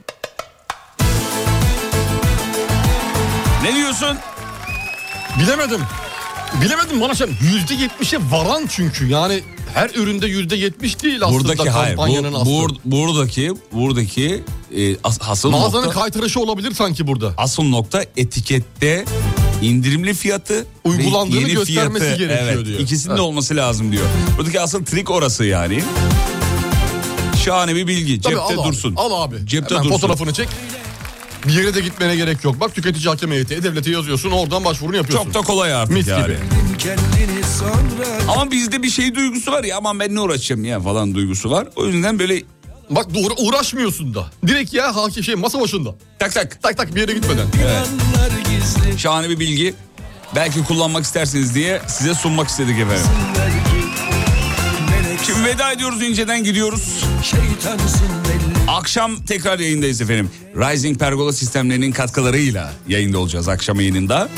C: Ne diyorsun?
D: Bilemedim. Bilemedim bana şey yüzde yetmişe varan çünkü yani her üründe yüzde yetmiş değil aslında
C: Buradaki hayır. Bu,
D: kampanyanın aslı.
C: bur- buradaki buradaki e, as, asıl
D: Mağazanın
C: nokta
D: kaytarışı olabilir sanki burada.
C: asıl nokta etikette indirimli fiyatı ve
D: Uygulandığını
C: yeni
D: göstermesi
C: fiyatı,
D: gerekiyor
C: evet,
D: diyor.
C: İkisinin
D: Evet.
C: de olması lazım diyor. Buradaki asıl trik orası yani. Şahane bir bilgi.
D: Tabii
C: Cepte
D: al abi,
C: dursun.
D: al abi.
C: Cepte
D: Hemen
C: dursun.
D: fotoğrafını çek. Bir yere de gitmene gerek yok. Bak tüketici hakem heyeti devlete yazıyorsun oradan başvurunu yapıyorsun.
C: Çok da kolay artık
D: Mis
C: yani.
D: gibi.
C: Ama bizde bir şey duygusu var ya aman ben ne uğraşacağım ya falan duygusu var. O yüzden böyle...
D: Bak uğra- uğraşmıyorsun da. Direkt ya hakim şey masa başında.
C: Tak tak.
D: Tak tak bir yere gitmeden.
C: Evet. Şahane bir bilgi. Belki kullanmak istersiniz diye size sunmak istedik efendim. Şimdi veda ediyoruz inceden gidiyoruz. Akşam tekrar yayındayız efendim. Rising Pergola sistemlerinin katkılarıyla yayında olacağız akşam yayınında.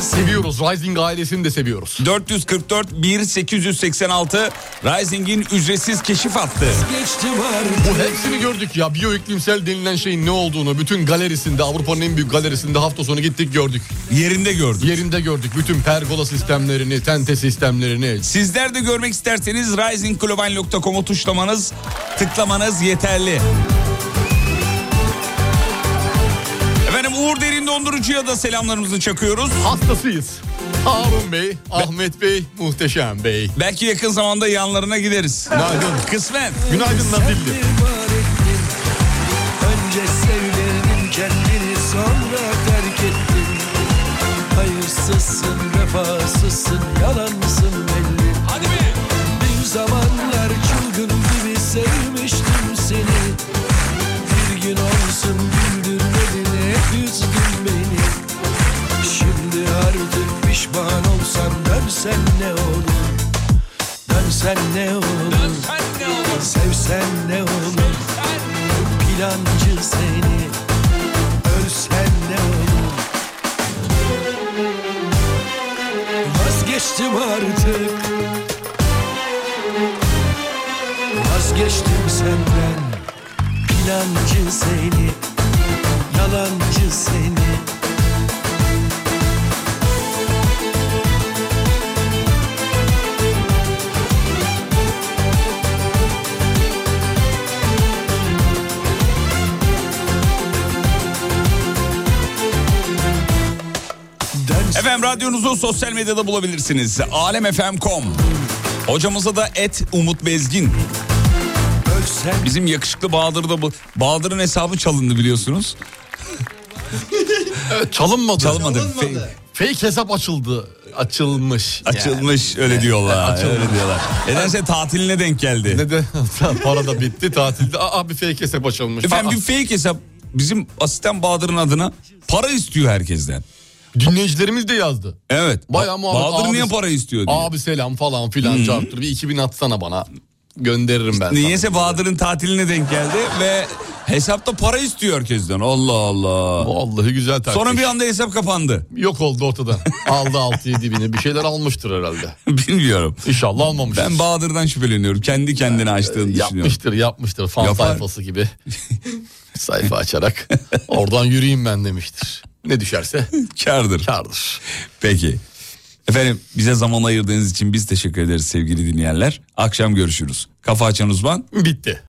D: Seviyoruz. Rising ailesini de seviyoruz.
C: 444 1886 Rising'in ücretsiz keşif hattı.
D: Bu hepsini gördük ya. Biyoiklimsel denilen şeyin ne olduğunu bütün galerisinde Avrupa'nın en büyük galerisinde hafta sonu gittik gördük.
C: Yerinde gördük.
D: Yerinde gördük bütün pergola sistemlerini, tente sistemlerini.
C: Sizler de görmek isterseniz risingglobal.com'u tuşlamanız, tıklamanız yeterli. Efendim Uğur Derin Dondurucu'ya da selamlarımızı çakıyoruz.
D: Hastasıyız. Harun Bey, Ahmet Bey, Muhteşem Bey.
C: Belki yakın zamanda yanlarına gideriz.
D: Günaydın.
C: Kısmen.
D: Günaydın Nazilli.
A: Önce sevdin kendini sonra terk ettin Hayırsızsın, vefasızsın, yalansın belli Hadi be! Bir zamanlar çılgın gibi sevmiştim seni Bir gün olsun güldürmedin hep üzdün beni Şimdi artık pişman olsam dönsen ne olur Dönsen ne olur Sevsen ne olur Plancı seni Ölsen ne olur Vazgeçtim artık Vazgeçtim senden Plancı seni Yalancı seni
C: Efendim radyonuzu sosyal medyada bulabilirsiniz. Alemfm.com Hocamıza da et Umut Bezgin. Bizim yakışıklı Bahadır da bu. Bahadır'ın hesabı çalındı biliyorsunuz.
D: Evet, çalınmadı.
C: Çalınmadı.
D: Fake, fake hesap açıldı. Açılmış.
C: Açılmış öyle diyorlar. Öyle diyorlar. E, Nedense tatiline denk geldi.
D: Ne de [LAUGHS] para da bitti tatilde. Aa bir fake hesap açılmış.
C: Efendim bir fake hesap bizim asistan Bahadır'ın adına para istiyor herkesten.
D: Dinleyicilerimiz de yazdı.
C: Evet.
D: Bayağı
C: Ba-
D: muhabbet.
C: Bahadır
D: Abi-
C: niye para istiyor diye. Hmm.
D: Abi selam falan filan
C: Hı.
D: çarptır. Bir 2000 atsana bana. Gönderirim ben sana.
C: Niyeyse Bahadır'ın tatiline denk geldi ve hesapta para istiyor herkesten. Allah Allah.
D: Vallahi güzel taktik.
C: Sonra bir anda hesap kapandı.
D: Yok oldu ortadan.
C: [LAUGHS]
D: Aldı 6-7 bini. Bir şeyler almıştır herhalde.
C: Bilmiyorum.
D: İnşallah almamıştır.
C: Ben Bahadır'dan şüpheleniyorum. Kendi kendine açtığını düşünüyorum.
D: Yapmıştır yapmıştır. Fan
C: Yapar. [LAUGHS]
D: sayfası gibi. Sayfa açarak oradan yürüyeyim ben demiştir. Ne
C: [LAUGHS]
D: düşerse
C: Kardır.
D: kardır.
C: Peki. Efendim bize zaman ayırdığınız için biz teşekkür ederiz sevgili dinleyenler. Akşam görüşürüz. Kafa açan uzman
D: Bitti.